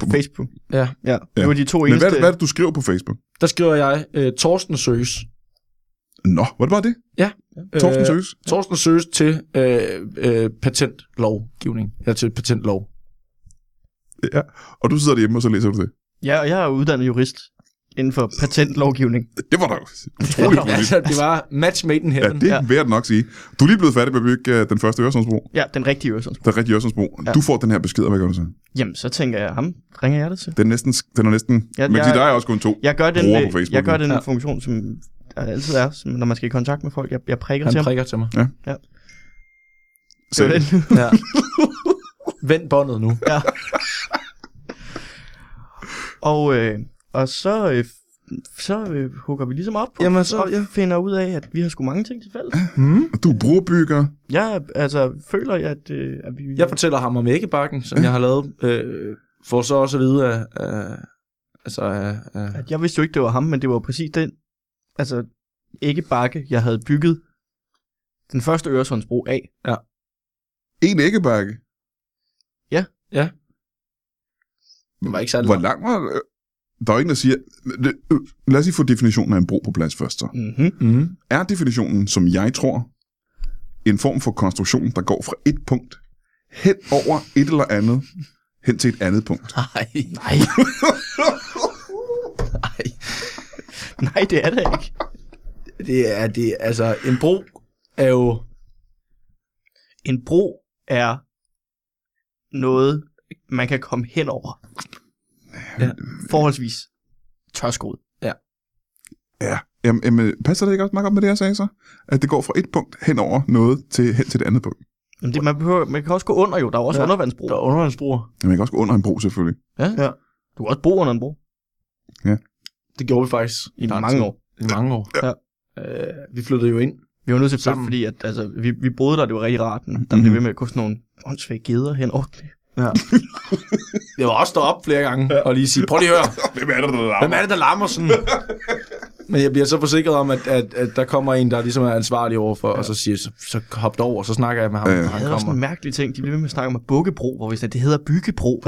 C: på Facebook.
B: Ja.
C: ja.
A: Ja.
C: Det var de to
A: Men
C: eneste.
A: hvad er, det, hvad er det, du skriver på Facebook?
B: der skriver jeg, øh, Torsten søges.
A: Nå, var det bare det? Torsten
B: Øh,
A: Søs?
B: Torsten søges til øh, øh, patentlovgivning, eller til patentlov.
A: Ja. Og du sidder derhjemme, og så læser du det.
C: Ja, og jeg er uddannet jurist inden for patentlovgivning.
A: Det var da
C: [laughs]
A: utroligt
B: altså, det var match made in
A: Ja,
B: heaven.
A: det
C: Ja.
A: er værd nok sige. Du er lige blevet færdig med at bygge øh, den første Øresundsbro.
C: Ja, den rigtige Øresundsbro.
A: Den rigtige Øresundsbro. Ja.
C: Ja.
A: Du får den her besked, og hvad gør du så?
C: Jamen, så tænker jeg, ham ringer jeg det til.
A: Den er næsten... Den er næsten ja,
C: Ja,
A: men
C: jeg-
A: jeg, der er også kun
C: [laughs]
A: to.
C: Jeg gør den,
A: Bruger
C: øh,
A: på Facebook,
C: jeg gør
A: ja.
C: den
B: Ja.
C: ja. funktion, som der altid er, som, når man skal i kontakt med folk. Jeg, jeg prikker til
B: Han
C: ham.
B: prikker til mig.
A: Så,
C: Det var den.
B: Ja. [laughs] Vend båndet nu.
C: [laughs] og, øh, og så, øh, så øh, hugger vi ligesom op på,
B: Jamen, så-
C: og
B: ja.
C: finder ud af, at vi har sgu mange ting til fælles.
B: Mm.
A: og du er brugbygger.
C: Jeg altså, føler, at, øh, at vi...
B: Jeg fortæller ham om æggebakken, som jeg har lavet, øh, for så også at vide, at... Øh, altså, øh, øh,
C: at jeg vidste jo ikke, det var ham, men det var præcis den, altså ikke bakke, jeg havde bygget den første Øresundsbro af.
A: En æggebakke.
B: det var ikke særlig
A: Hvor lang var det? Der er jo ingen, der siger... det- øh, Lad os lige få definitionen af en bro på plads først. Så.
C: Mm-hmm.
B: Mm.
A: Er definitionen, som jeg tror, en form for konstruktion, der går fra et punkt hen over et eller andet, hen til et andet punkt?
B: Nej.
C: Nej.
B: Nej.
C: Nej, det er det ikke.
B: Det er det. Altså, en bro er jo...
C: En bro er noget, man kan komme hen over.
B: Ja.
C: Forholdsvis tørskoet.
A: Ja, jamen, jamen, passer det ikke også meget godt med det, jeg sagde så? At det går fra et punkt hen over noget til, hen til det andet punkt.
C: Men det, man, behøver, man kan også gå under jo, der er jo også
B: Ja.
C: ja. undervandsbro.
B: Der er undervandsbroer.
A: Men man kan også gå under en bro, selvfølgelig.
C: Ja. ja. Du kan også bo under en bro
B: Det gjorde vi faktisk.
C: i mange år.
B: I mange år.
C: Ja.
B: Øh, vi flyttede jo ind.
C: Vi var nødt til at flytte,
B: Sammen. Mhm.
C: fordi at, altså, vi, vi boede der, det var rigtig rart. Men der blev ved med at gå sådan nogle åndssvage geder hen over.
B: Ja. Det var også derop flere gange, og lige sige, prøv lige at høre,
A: Hvem er det, [laughs] der larmer?
B: Hvem er det, der larmer sådan? Mm. Men jeg bliver så forsikret om, at, at, at der kommer en, der ligesom er ansvarlig overfor, ja. og så siger, så, så hop over, så snakker jeg med ham,
A: Ja.
B: ja. når
C: Jeg
B: han
C: havde også
B: kommer.
C: nogle mærkelige ting. De blev ved med at snakke om at bukkebro, hvor vi sagde, det hedder
B: [laughs]
C: byggebro.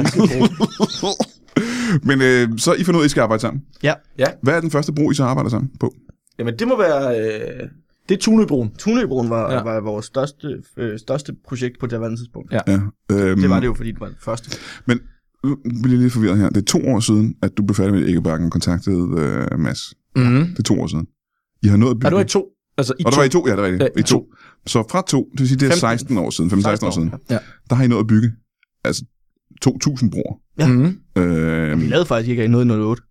A: Men øh, så I finder ud, af, at I skal arbejde sammen.
C: ja,
A: Hvad er den første bro, I så arbejder sammen på?
B: Jamen, det må være... Øh, det er Tunøbroen.
C: Tunøbroen var,
B: Ja.
C: ja. var vores største, øh, største projekt på det her tidspunkt.
B: Ja. Mm.
A: Ja, øhm,
C: Det var det jo, fordi det var det første.
A: Men nu bliver jeg lidt forvirret her. Det er to år siden, at du blev færdig med æggebakken og kontaktede øh, Mads.
B: Mm.
C: Mhm.
A: Det er to år siden. I har nået at bygge.
B: Er du i to? Altså, i
A: og
B: to.
A: det var i to, ja, det er rigtigt.
B: Ja,
A: I to. Så fra to, det vil sige, det er
C: 15.
A: 16 år siden, 15-16 år siden,
C: Ja.
A: der har I nået at bygge altså 2.000 broer.
C: Ja. Mhm.
B: Mm.
A: Øh,
C: Vi lavede faktisk ikke noget i 08.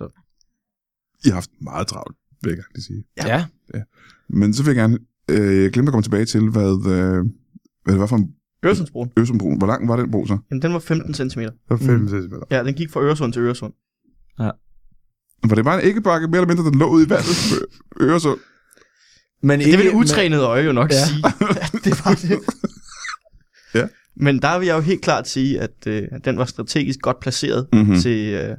A: I har haft meget travlt, vil jeg gerne lige sige.
B: Ja. ja.
A: Men så vil jeg gerne, øh, jeg glemte at komme tilbage til, hvad, øh, hvad det var for en
C: Øresundsbroen,
A: Øresundsbro. Hvor lang var den bro så?
C: jamen, den var 15 cm.
A: Det var
C: Mm.
A: 5 cm.
C: Ja, den gik fra Øresund til Øresund.
A: Var det bare en æggebakke, mere eller mindre, der lå ud i vandet? Ø- Øresund.
B: Men
C: Det vil det
B: ikke-
C: utrænede øje jo nok
B: Ja.
C: ja. sige, at det var det.
A: [laughs] Ja.
C: Men der vil jeg jo helt klart sige, at, øh, at den var strategisk godt placeret
A: Mhm.
C: mm-hmm. til øh,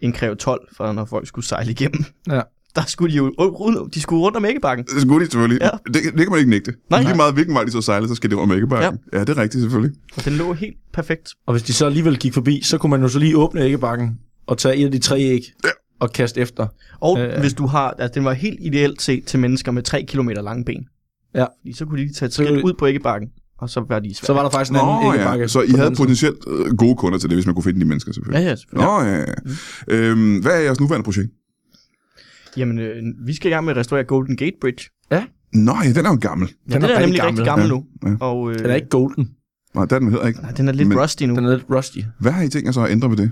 C: en Creve 12, for når folk skulle sejle igennem.
B: Ja.
C: Der skulle de jo rundt, de skulle rundt om æggebakken.
A: Det skulle de selvfølgelig. Ja.
C: Ja.
A: Det, det, kan man ikke nægte.
C: Nej.
A: Lige meget hvilken vej de så sejlede, så skal det om æggebakken. Ja. ja, det er rigtigt selvfølgelig.
C: Og den lå helt perfekt.
B: Og hvis de så alligevel gik forbi, så kunne man jo så lige åbne æggebakken og tage et af de tre æg og kaste efter.
C: Og
B: Ja, ja.
C: øh, hvis du har, altså den var helt ideelt set til mennesker med 3 km lange ben.
B: Ja.
C: Fordi så kunne de lige tage et
B: Så kunne
C: skridt
B: de-
C: ud på æggebakken, og så var de svært.
B: Så var der faktisk en anden æggebakke.
A: ja. Så I
B: på den
A: havde
B: anden side.
A: potentielt øh, gode kunder til det, hvis man kunne finde de mennesker selvfølgelig.
C: Ja, ja, selvfølgelig.
A: Nå, ja, ja. Øhm, hvad er jeres nuværende projekt?
C: Jamen, øh, vi skal i gang med at restaurere Golden Gate Bridge.
A: Nå, ja, den er jo gammel.
C: Ja, den, den er,
B: rigtig
C: nemlig rigtig gammel
A: Ja,
C: nu.
A: ja.
C: Og, øh,
B: Den er ikke golden.
A: Nej, den er den hedder ikke.
C: Nej, den er lidt
A: Men-
C: men, rusty nu.
B: Den er lidt rusty.
A: Hvad har I tænkt jer så at ændre ved det?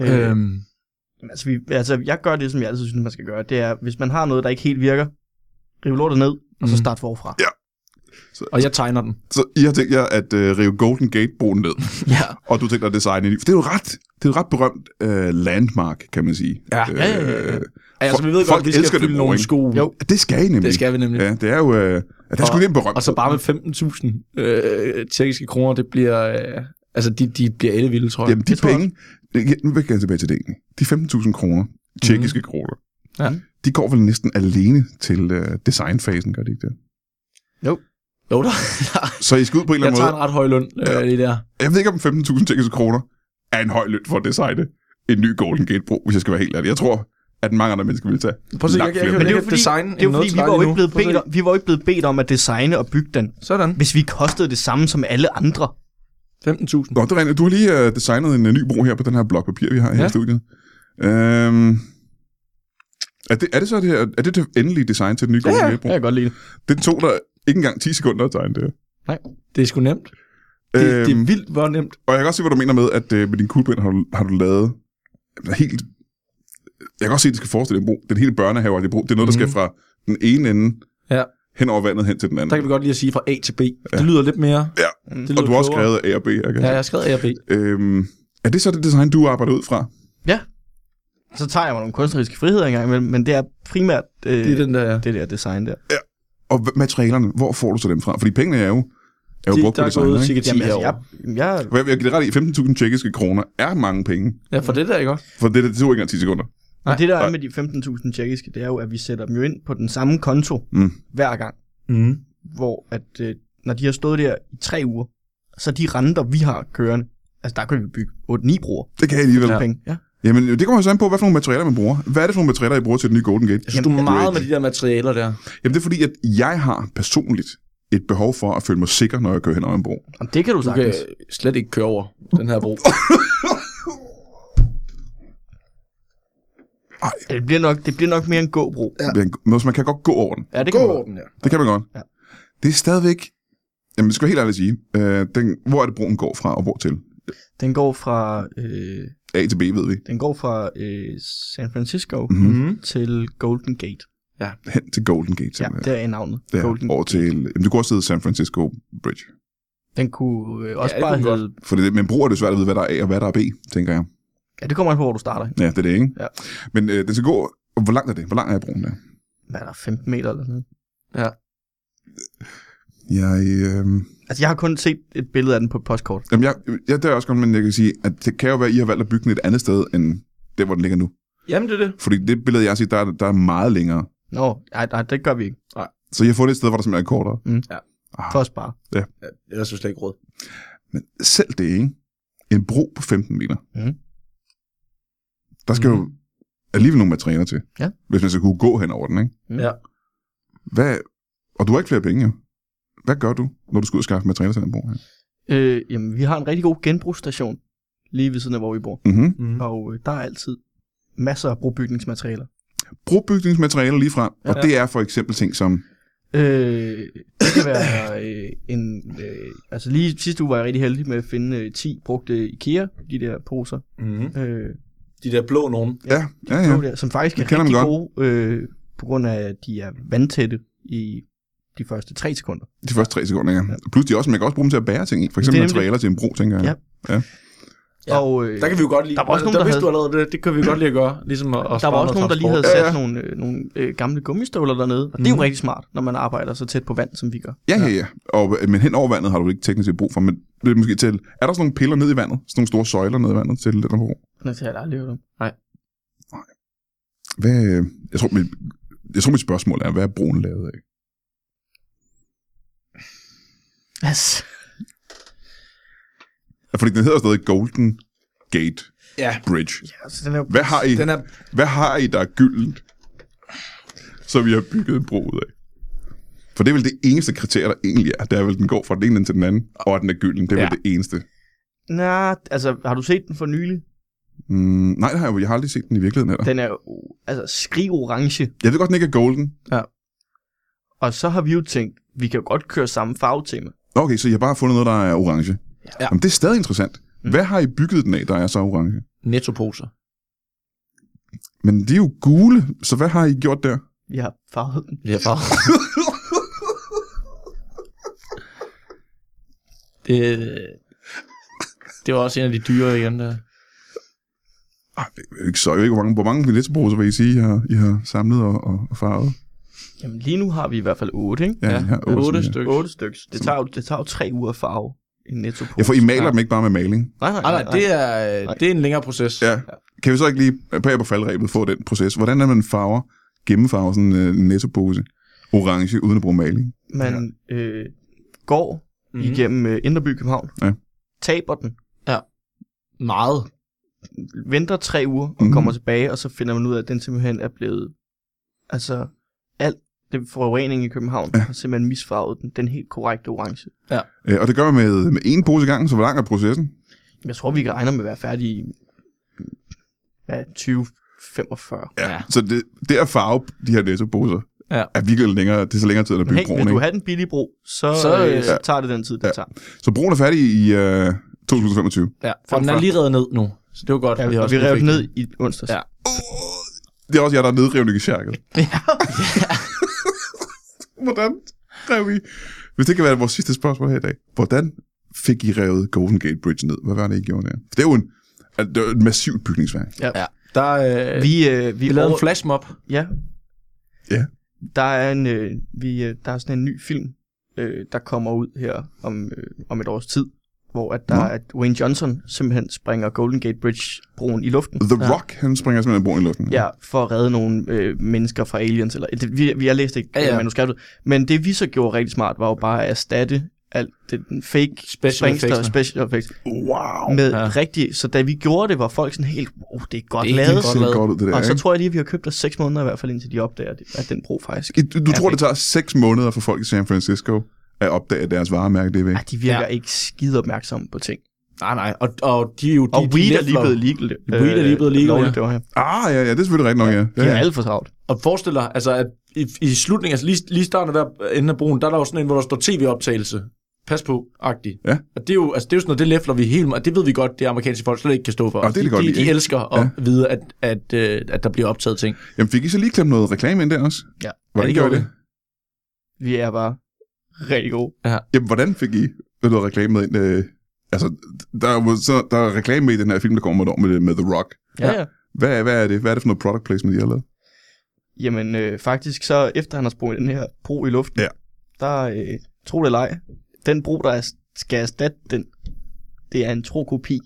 C: øh,
B: Øhm.
C: altså, vi, altså, jeg gør det, som jeg altid synes, man skal gøre. Det er, hvis man har noget, der ikke helt virker, rive lortet ned, og så
B: Mhm.
C: start forfra.
B: Og jeg tegner den.
A: Så I har tænkt jer at øh, rive Golden Gate broen ned,
B: Ja.
A: og du tænker at designe en ny. For det er jo ret, det er jo ret berømt øh, landmark, kan man sige.
B: Ja.
A: Øh,
C: Ja, ja, ja, ja.
B: Altså, vi ved
A: Folk
B: godt, vi skal
A: elsker det,
B: fylde nogle
A: Boring.
B: sko.
C: Jo.
A: Det skal I nemlig.
B: Det skal vi nemlig.
A: Ja, det er jo... Øh, ja, det er sgu
B: Og-
A: lidt berømt.
B: Og så bare med 15.000 øh, tjekkiske kroner, det bliver... Øh, altså, de, de bliver alle vilde, tror jeg.
A: Jamen, de
C: Det tror jeg
A: penge... Ja, nu vil jeg gerne tilbage til det egentlig. De 15.000 kroner, tjekkiske mm. kroner,
B: Mhm. Ja.
A: de går vel næsten alene til øh, designfasen, gør de ikke det?
B: Jo, der, der,
A: Så I skal ud på en eller
B: jeg
A: anden
B: tager
A: måde...
B: en ret høj løn, øh, det der.
A: Jeg ved ikke, om 15.000 tjekkiske kroner er en høj løn for at designe en ny Golden Gate-bro, hvis jeg skal være helt ærlig. Jeg tror, at mange andre mennesker vil tage
B: Prøv at se, jeg, jeg,
A: langt
B: jeg,
A: flere
B: jeg,
A: penge.
C: Men det
B: jeg
C: er jo
B: kan
C: fordi,
B: designe
C: det er jo fordi vi var jo, ikke blevet bedt om, vi var jo ikke blevet bedt om at designe og bygge den.
B: Sådan.
C: Hvis vi kostede det samme som alle andre.
B: 15.000.
A: Nå, det er rent. Du har lige øh, designet en øh, ny bro her på den her blok papir, vi har her
B: Ja.
A: i studiet. Øhm, er, det, er det så det her, er det det endelige design til den nye Golden
B: ja.
A: Gate-bro?
C: jeg kan godt lide det.
A: Den tog der ikke engang 10 sekunder at tegne det her.
B: Det er sgu nemt. Det,
A: Øhm.
B: det er vildt, hvor nemt.
A: Og jeg kan også se, hvad du mener med, at øh, med din kuglepind har, du- har du lavet altså, helt... Jeg kan også se, at det skal forestille en bro. Den hele børnehave, det bro, det er noget, der skal
B: Mhm.
A: fra den ene ende
B: Ja.
A: hen over vandet hen til den anden.
B: Der kan vi godt lige at sige fra A til B. Det lyder lidt mere...
A: Ja. og
B: det lyder
A: du har også
B: klogere.
A: skrevet A og B. Jeg kan ja,
B: Ja, jeg
A: ja.
B: har skrevet A og B.
A: Øhm, er det så det design, du arbejder ud fra?
C: Så tager jeg mig nogle kunstneriske friheder engang imellem, men det er primært øh,
B: Det er den der, ja.
C: det der design der.
A: Og hva- materialerne, hvor får du så dem fra? Fordi pengene er jo, er jo
B: De,
A: brugt
B: der
A: på
B: er gået
A: design, ikke?
B: cirka 10
C: Jamen, altså,
B: år.
C: jeg, jeg,
A: For Jeg, jeg giver dig ret i, 15.000 tjekkiske kroner er mange penge.
B: Ja, for det der, ikke også?
A: For det, det tog ikke engang 10 sekunder.
C: og det der
A: Nej.
C: er med de 15.000 tjekkiske, det er jo, at vi sætter dem jo ind på den samme konto
A: Mm.
C: hver gang.
A: Mhm.
B: Mm.
C: hvor at, øh, når de har stået der i tre uger, så de renter, vi har kørende, altså der kan vi bygge 8-9 broer
A: Det kan jeg alligevel.
C: for
A: Ja.
C: ja. penge. Ja.
A: Jamen, det kommer jo så an på, hvad for nogle materialer man bruger. Hvad er det for nogle materialer, I bruger til den nye Golden Gate?
B: Jeg synes, du er meget med de der materialer der.
A: Jamen, det er fordi, at jeg har personligt et behov for at føle mig sikker, når jeg kører hen over en bro.
C: Jamen, det kan du
B: Du kan
C: sagtens. Okay.
B: slet ikke køre over den her bro.
C: Det, bliver nok, det bliver nok mere en gåbro. Ja,
A: Men men man kan godt gå over den.
C: ja det kan man godt.
B: den, ja.
A: Det kan man godt.
C: Ja.
A: Det er stadigvæk... Jamen, det skal jeg helt ærligt sige. Øh, den, hvor er det, broen går fra, og hvor til?
C: Den går fra, øh,
A: A til B, ved vi.
C: den går fra øh, San Francisco
A: Mhm.
B: Mm.
C: til Golden Gate.
A: Hen til Golden Gate.
C: Ja,
A: simpelthen.
C: der er navnet.
A: Der,
C: Golden
A: over
C: Gate.
A: til... Jamen, du kunne også hedde San Francisco Bridge.
C: Den kunne øh, også
B: Ja, det
C: bare
B: kunne den
C: hedde...
A: For det, men bruger det er svært at vide, hvad der er A og hvad der er B, tænker jeg.
C: Ja, det kommer an på, hvor du starter.
A: Ja, det er det, ikke?
C: Ja.
A: Men øh, den skal gå... Hvor langt er det? Hvor lang er broen der?
C: Hvad er der, 15 meter eller sådan noget?
B: Ja.
A: Jeg, øh,
C: Altså, jeg har kun set et billede af den på et postkort.
A: jamen jeg, jeg dør også godt, men jeg kan sige, at det kan jo være, at I har valgt at bygge den et andet sted, end der, hvor den ligger nu.
B: Jamen, det er det.
A: Fordi det billede, jeg har set, der er, der er meget længere.
C: Nå, nej, nej, det gør vi ikke.
A: Så jeg har fundet et sted, hvor der simpelthen er kortere.
C: Mm.
B: Ja.
A: Ah,
C: For at spare.
B: Ja, ellers er det slet ikke råd.
A: Men selv det, ikke? En bro på 15 meter.
C: Mhm.
A: Der skal mm. jo alligevel nogle materialer til.
C: Ja.
A: Hvis man skal kunne gå hen over den, ikke?
C: Mm.
B: Ja.
A: Hvad, og du har ikke flere penge, jo. Hvad gør du, når du skal ud og skaffe materialer til den bro her?
C: Øh, jamen, vi har en rigtig god genbrugsstation lige ved siden af, hvor vi bor.
A: Mm-hmm.
B: Mm.
C: Og øh, der er altid masser af brugbygningsmaterialer.
A: Brobygningsmaterialer lige frem, og
C: Ja.
A: det er for eksempel ting som...
C: Øh, det kan
A: [laughs]
C: være øh, en... Øh, altså lige sidste uge var jeg rigtig heldig med at finde øh, 10 brugte IKEA, de der poser,
B: Mm.
C: øh,
B: De der blå nogen.
A: Ja, ja, ja.
C: ja.
A: ja.
C: der, som faktisk
A: Jeg
C: er
A: kender dem
C: rigtig
A: godt.
C: gode, øh, på grund af, at de er vandtætte i de første 3 sekunder.
A: De første tre sekunder, ja. Plus de også, man kan også bruge dem til at bære ting i. For eksempel
C: Det er nemlig-
A: materialer til en bro, tænker jeg.
C: Ja.
B: Ja.
C: Og, øh,
B: Der kan vi jo godt lide.
C: Der var også nogen,
B: der,
C: der
B: vidste
C: havde-
B: du allerede, det, det kan vi godt lide at gøre. Ligesom at, at
C: der var
B: spare noget
C: også nogen, der lige havde
A: transport. Ja,
C: sat
A: ja.
C: nogle, øh, nogle øh, gamle gummistøvler dernede, og mm. det er jo rigtig smart, når man arbejder så tæt på vand, som vi gør.
A: Ja, ja, ja. Og, men hen over vandet har du ikke teknisk set brug for, men det er måske til... Er der sådan nogle piller ned i vandet? Sådan nogle store søjler ned i vandet til den her bro?
C: Nå, det har jeg aldrig hørt om.
A: Hvad, øh, jeg, tror, mit, jeg tror, mit spørgsmål er, hvad er broen lavet af?
C: Altså,
A: Ja, Fordi den hedder stadig Golden Gate
B: Ja.
A: Bridge.
C: altså den er jo
A: Hvad har I,
B: Den er,
A: hvad har I der er gyldent, så vi har bygget en bro ud af? For det er vel det eneste kriterie, der egentlig er. Det er vel, den går fra den ene ende til den anden, og at den er gylden. Det er ja.
B: Ja.
A: vel det eneste.
C: Nej, altså har du set den for nylig?
A: Mm, nej, det har jeg, jo- jeg har aldrig set den i virkeligheden heller.
C: Den er jo altså, skrigorange.
A: Jeg ved godt, den ikke er golden.
C: Og så har vi jo tænkt, vi kan jo godt køre samme farvetema.
A: Okay, så jeg har bare fundet noget, der er orange.
B: Ja.
A: Jamen, det er stadig interessant.
C: Mm.
A: Hvad har I bygget den af, der er så orange?
B: nettoposer.
A: Men de er jo gule, så hvad har I gjort der?
C: Vi har farvet den.
B: Ja, [laughs] far. det, det var også en af de dyre igen, der.
A: Ej, ikke så, jeg ved ikke, hvor mange, hvor mange billetbruser vil I sige, I har, I har samlet og, og, og farvet?
C: Jamen lige nu har vi i hvert fald otte, ikke?
A: I har otte,
B: otte
A: sådan, ja.
B: stykker.
C: 8 stykker. Det tager, jo, det tager jo tre uger at farve en netto
A: Ja, for I maler ja. dem ikke bare med maling.
C: Nej, nej,
B: Ah, Nej, nej, det er, det er en længere proces.
A: Ja. Kan vi så ikke lige bag på faldrebet få den proces? Hvordan er man farver, gennemfarver sådan øh, en nettopose orange uden at bruge maling?
C: Man øh, går
B: Mhm.
C: mm-hmm. igennem øh, Indreby København,
A: Ja.
C: taber den,
B: Meget.
C: venter tre uger og
A: Mhm.
C: mm-hmm. kommer tilbage, og så finder man ud af, at den simpelthen er blevet... Altså, alt det forurening i København ja. har simpelthen misfarvet den, den helt korrekte orange.
A: Øh, og det gør man med, med én pose i gangen, så hvor lang er processen?
C: Jeg tror, vi kan regne med at være færdige i ja, 2045.
B: Ja.
A: Så det, det at farve de her nettoposer
B: Ja.
A: er virkelig længere, det er så længere tid, end at
C: Men
A: bygge
C: hey,
A: broen.
C: vil du
A: ikke?
C: have den billige bro, så,
B: Så,
C: så,
B: øh,
C: øh, så
A: ja.
C: tager det den tid, det
A: Ja.
C: ja. tager.
A: Så broen er færdig i øh, 2025.
B: Ja, for den er lige reddet ned nu. Så det var godt.
C: Ja,
B: har
C: og
B: også
C: vi rev
B: fik
C: den ned i onsdags.
B: Ja.
A: Det er også jer, der er nedrevne i
C: [laughs]
A: kærket. [laughs] Hvordan rev I? Hvis det kan være vores sidste spørgsmål her i dag. Hvordan fik I revet Golden Gate Bridge ned? Hvad var det, I gjorde der? For det er jo en, altså, det er jo et massivt bygningsværk.
B: Ja, der, øh, vi,
C: Vi, øh,
B: vi
C: vi,
B: lavede en
C: over-
B: flashmob.
C: Ja.
A: Ja.
C: Der er en, øh, vi, øh, der er sådan en ny film, øh, der kommer ud her om, øh, om et års tid, hvor at der
A: Nå.
C: er, at Wayne Johnson simpelthen springer Golden Gate Bridge broen i luften.
A: The Rock, han springer simpelthen broen i luften.
C: Ja, for at redde nogle øh, mennesker fra aliens. Eller, det, vi, vi har læst ikke
B: Ja,
C: ja,
B: ja.
C: ja. manuskriptet. Men det vi så gjorde rigtig smart, var jo bare at erstatte alt det den fake
B: Special
C: springster og
B: effects'ne.
C: special effects
A: Wow.
C: med
B: Ja.
C: ja. rigtig. Så da vi gjorde det, var folk sådan helt, oh, det er godt
B: Det er
C: lavet.
A: Det ser
B: lavet.
A: godt ud, det der.
C: og så
A: ikke?
C: tror jeg lige, at vi har købt os 6 måneder i hvert fald, indtil de opdager, det- at den bro faktisk
A: I- du- Du tror, det tager 6 måneder for folk i San Francisco at opdage at deres varemærke, det er væk.
C: Ej, de virker
B: Ja.
C: ja. ikke skide opmærksomme på ting.
B: Nej, nej. Og, og de er jo... De,
C: Og
B: de
C: weed er lige
B: lefler-
C: blevet legal.
B: Weed er lige blevet legal,
C: lovligt,
B: ja.
C: Det var her.
A: Ah, ja, ja, det er selvfølgelig rigtigt nok, ja.
C: De er alt for travlt.
B: Og forestil dig, altså, at i, i slutningen, altså lige, lige starten af hver ende af broen, der er der jo sådan en, hvor der står tv-optagelse. Pas på, agtig.
A: Ja.
B: Og det er jo, altså, det er jo sådan noget, det læfler vi helt meget. Det ved vi godt, det amerikanske folk slet ikke kan stå for.
A: Og det er det
B: de,
A: godt
B: de,
A: lide,
B: de
A: ikke?
B: elsker at vide, at, at, øh, at der bliver optaget ting.
A: Jamen, fik I så lige klemt noget reklame ind der også?
C: Ja.
A: Hvordan
B: Ja, det
A: gjorde I
B: gjorde
A: det?
C: Vi er bare rigtig gode.
A: Jamen, hvordan fik I noget reklame med ind? Øh, altså, der er, jo så, der er reklame med i den her film, der kommer med, med, med The Rock.
B: Ja.
C: ja.
A: Hvad, er- hvad er det? Hvad er det for noget product placement, I har lavet?
C: Jamen øh, faktisk så, efter han har sprunget den her bro i luften,
A: Ja.
C: der, øh, tro det eller ej, den bro, der er, skal erstatte den, det er en tro kopi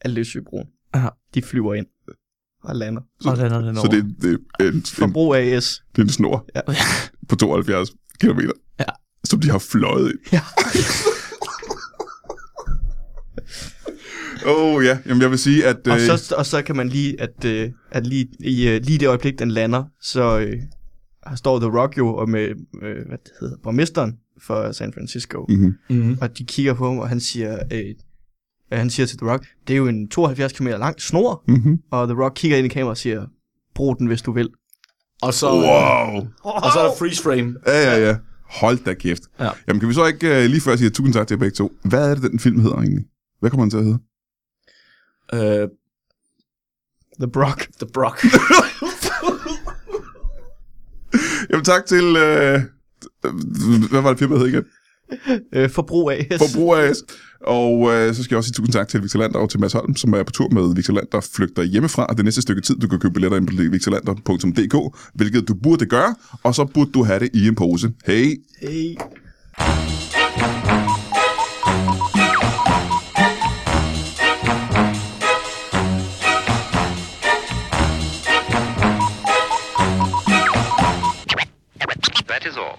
C: af Løsøbroen.
B: Aha.
C: De flyver ind og lander.
B: Og lander den
A: Så
B: over.
A: det, er- det, er en, en,
C: Forbro AS.
A: det er en snor
C: Ja. [laughs]
A: på 72 km,
B: Ja.
A: som de har fløjet ind.
C: Ja.
A: Åh [laughs] oh, ja, Jamen, jeg vil sige, at...
C: Og
A: øh,
C: så, og så kan man lige, at, øh, at lige, i, øh, lige det øjeblik, den lander, så øh, her står The Rock jo og med, øh, hvad det hedder, borgmesteren for San Francisco.
A: mhm.
B: Mm.
C: Og de kigger på ham, og han siger, øh, øh, han siger til The Rock, det er jo en 72 km lang snor.
A: Mhm.
C: Og The Rock kigger ind i kameraet og siger, brug den, hvis du vil.
B: Og, så,
A: Wow!
B: og så er der freeze frame.
A: Ja, ja, ja. Hold da kæft.
B: Ja.
A: Jamen, kan vi så ikke uh, lige før sige tusind tak til jer begge to. Hvad er det, den film hedder egentlig? Hvad kommer den til at hedde?
B: Øh,
C: The Brock.
B: the Brock.
A: Jamen, tak til... Uh, hvad var det firma, hed igen?
C: Øh, forbrug AS.
A: Forbrug AS. Og øh, så skal jeg også sige tusind tak til Victor Lander og til Mads Holm, som er på tur med Victor Lander flygter hjemmefra. Og det næste stykke tid, du kan købe billetter ind på victorlander.dk, hvilket du burde gøre, og så burde du have det i en pose. Hey!
C: Hey.
E: That is all.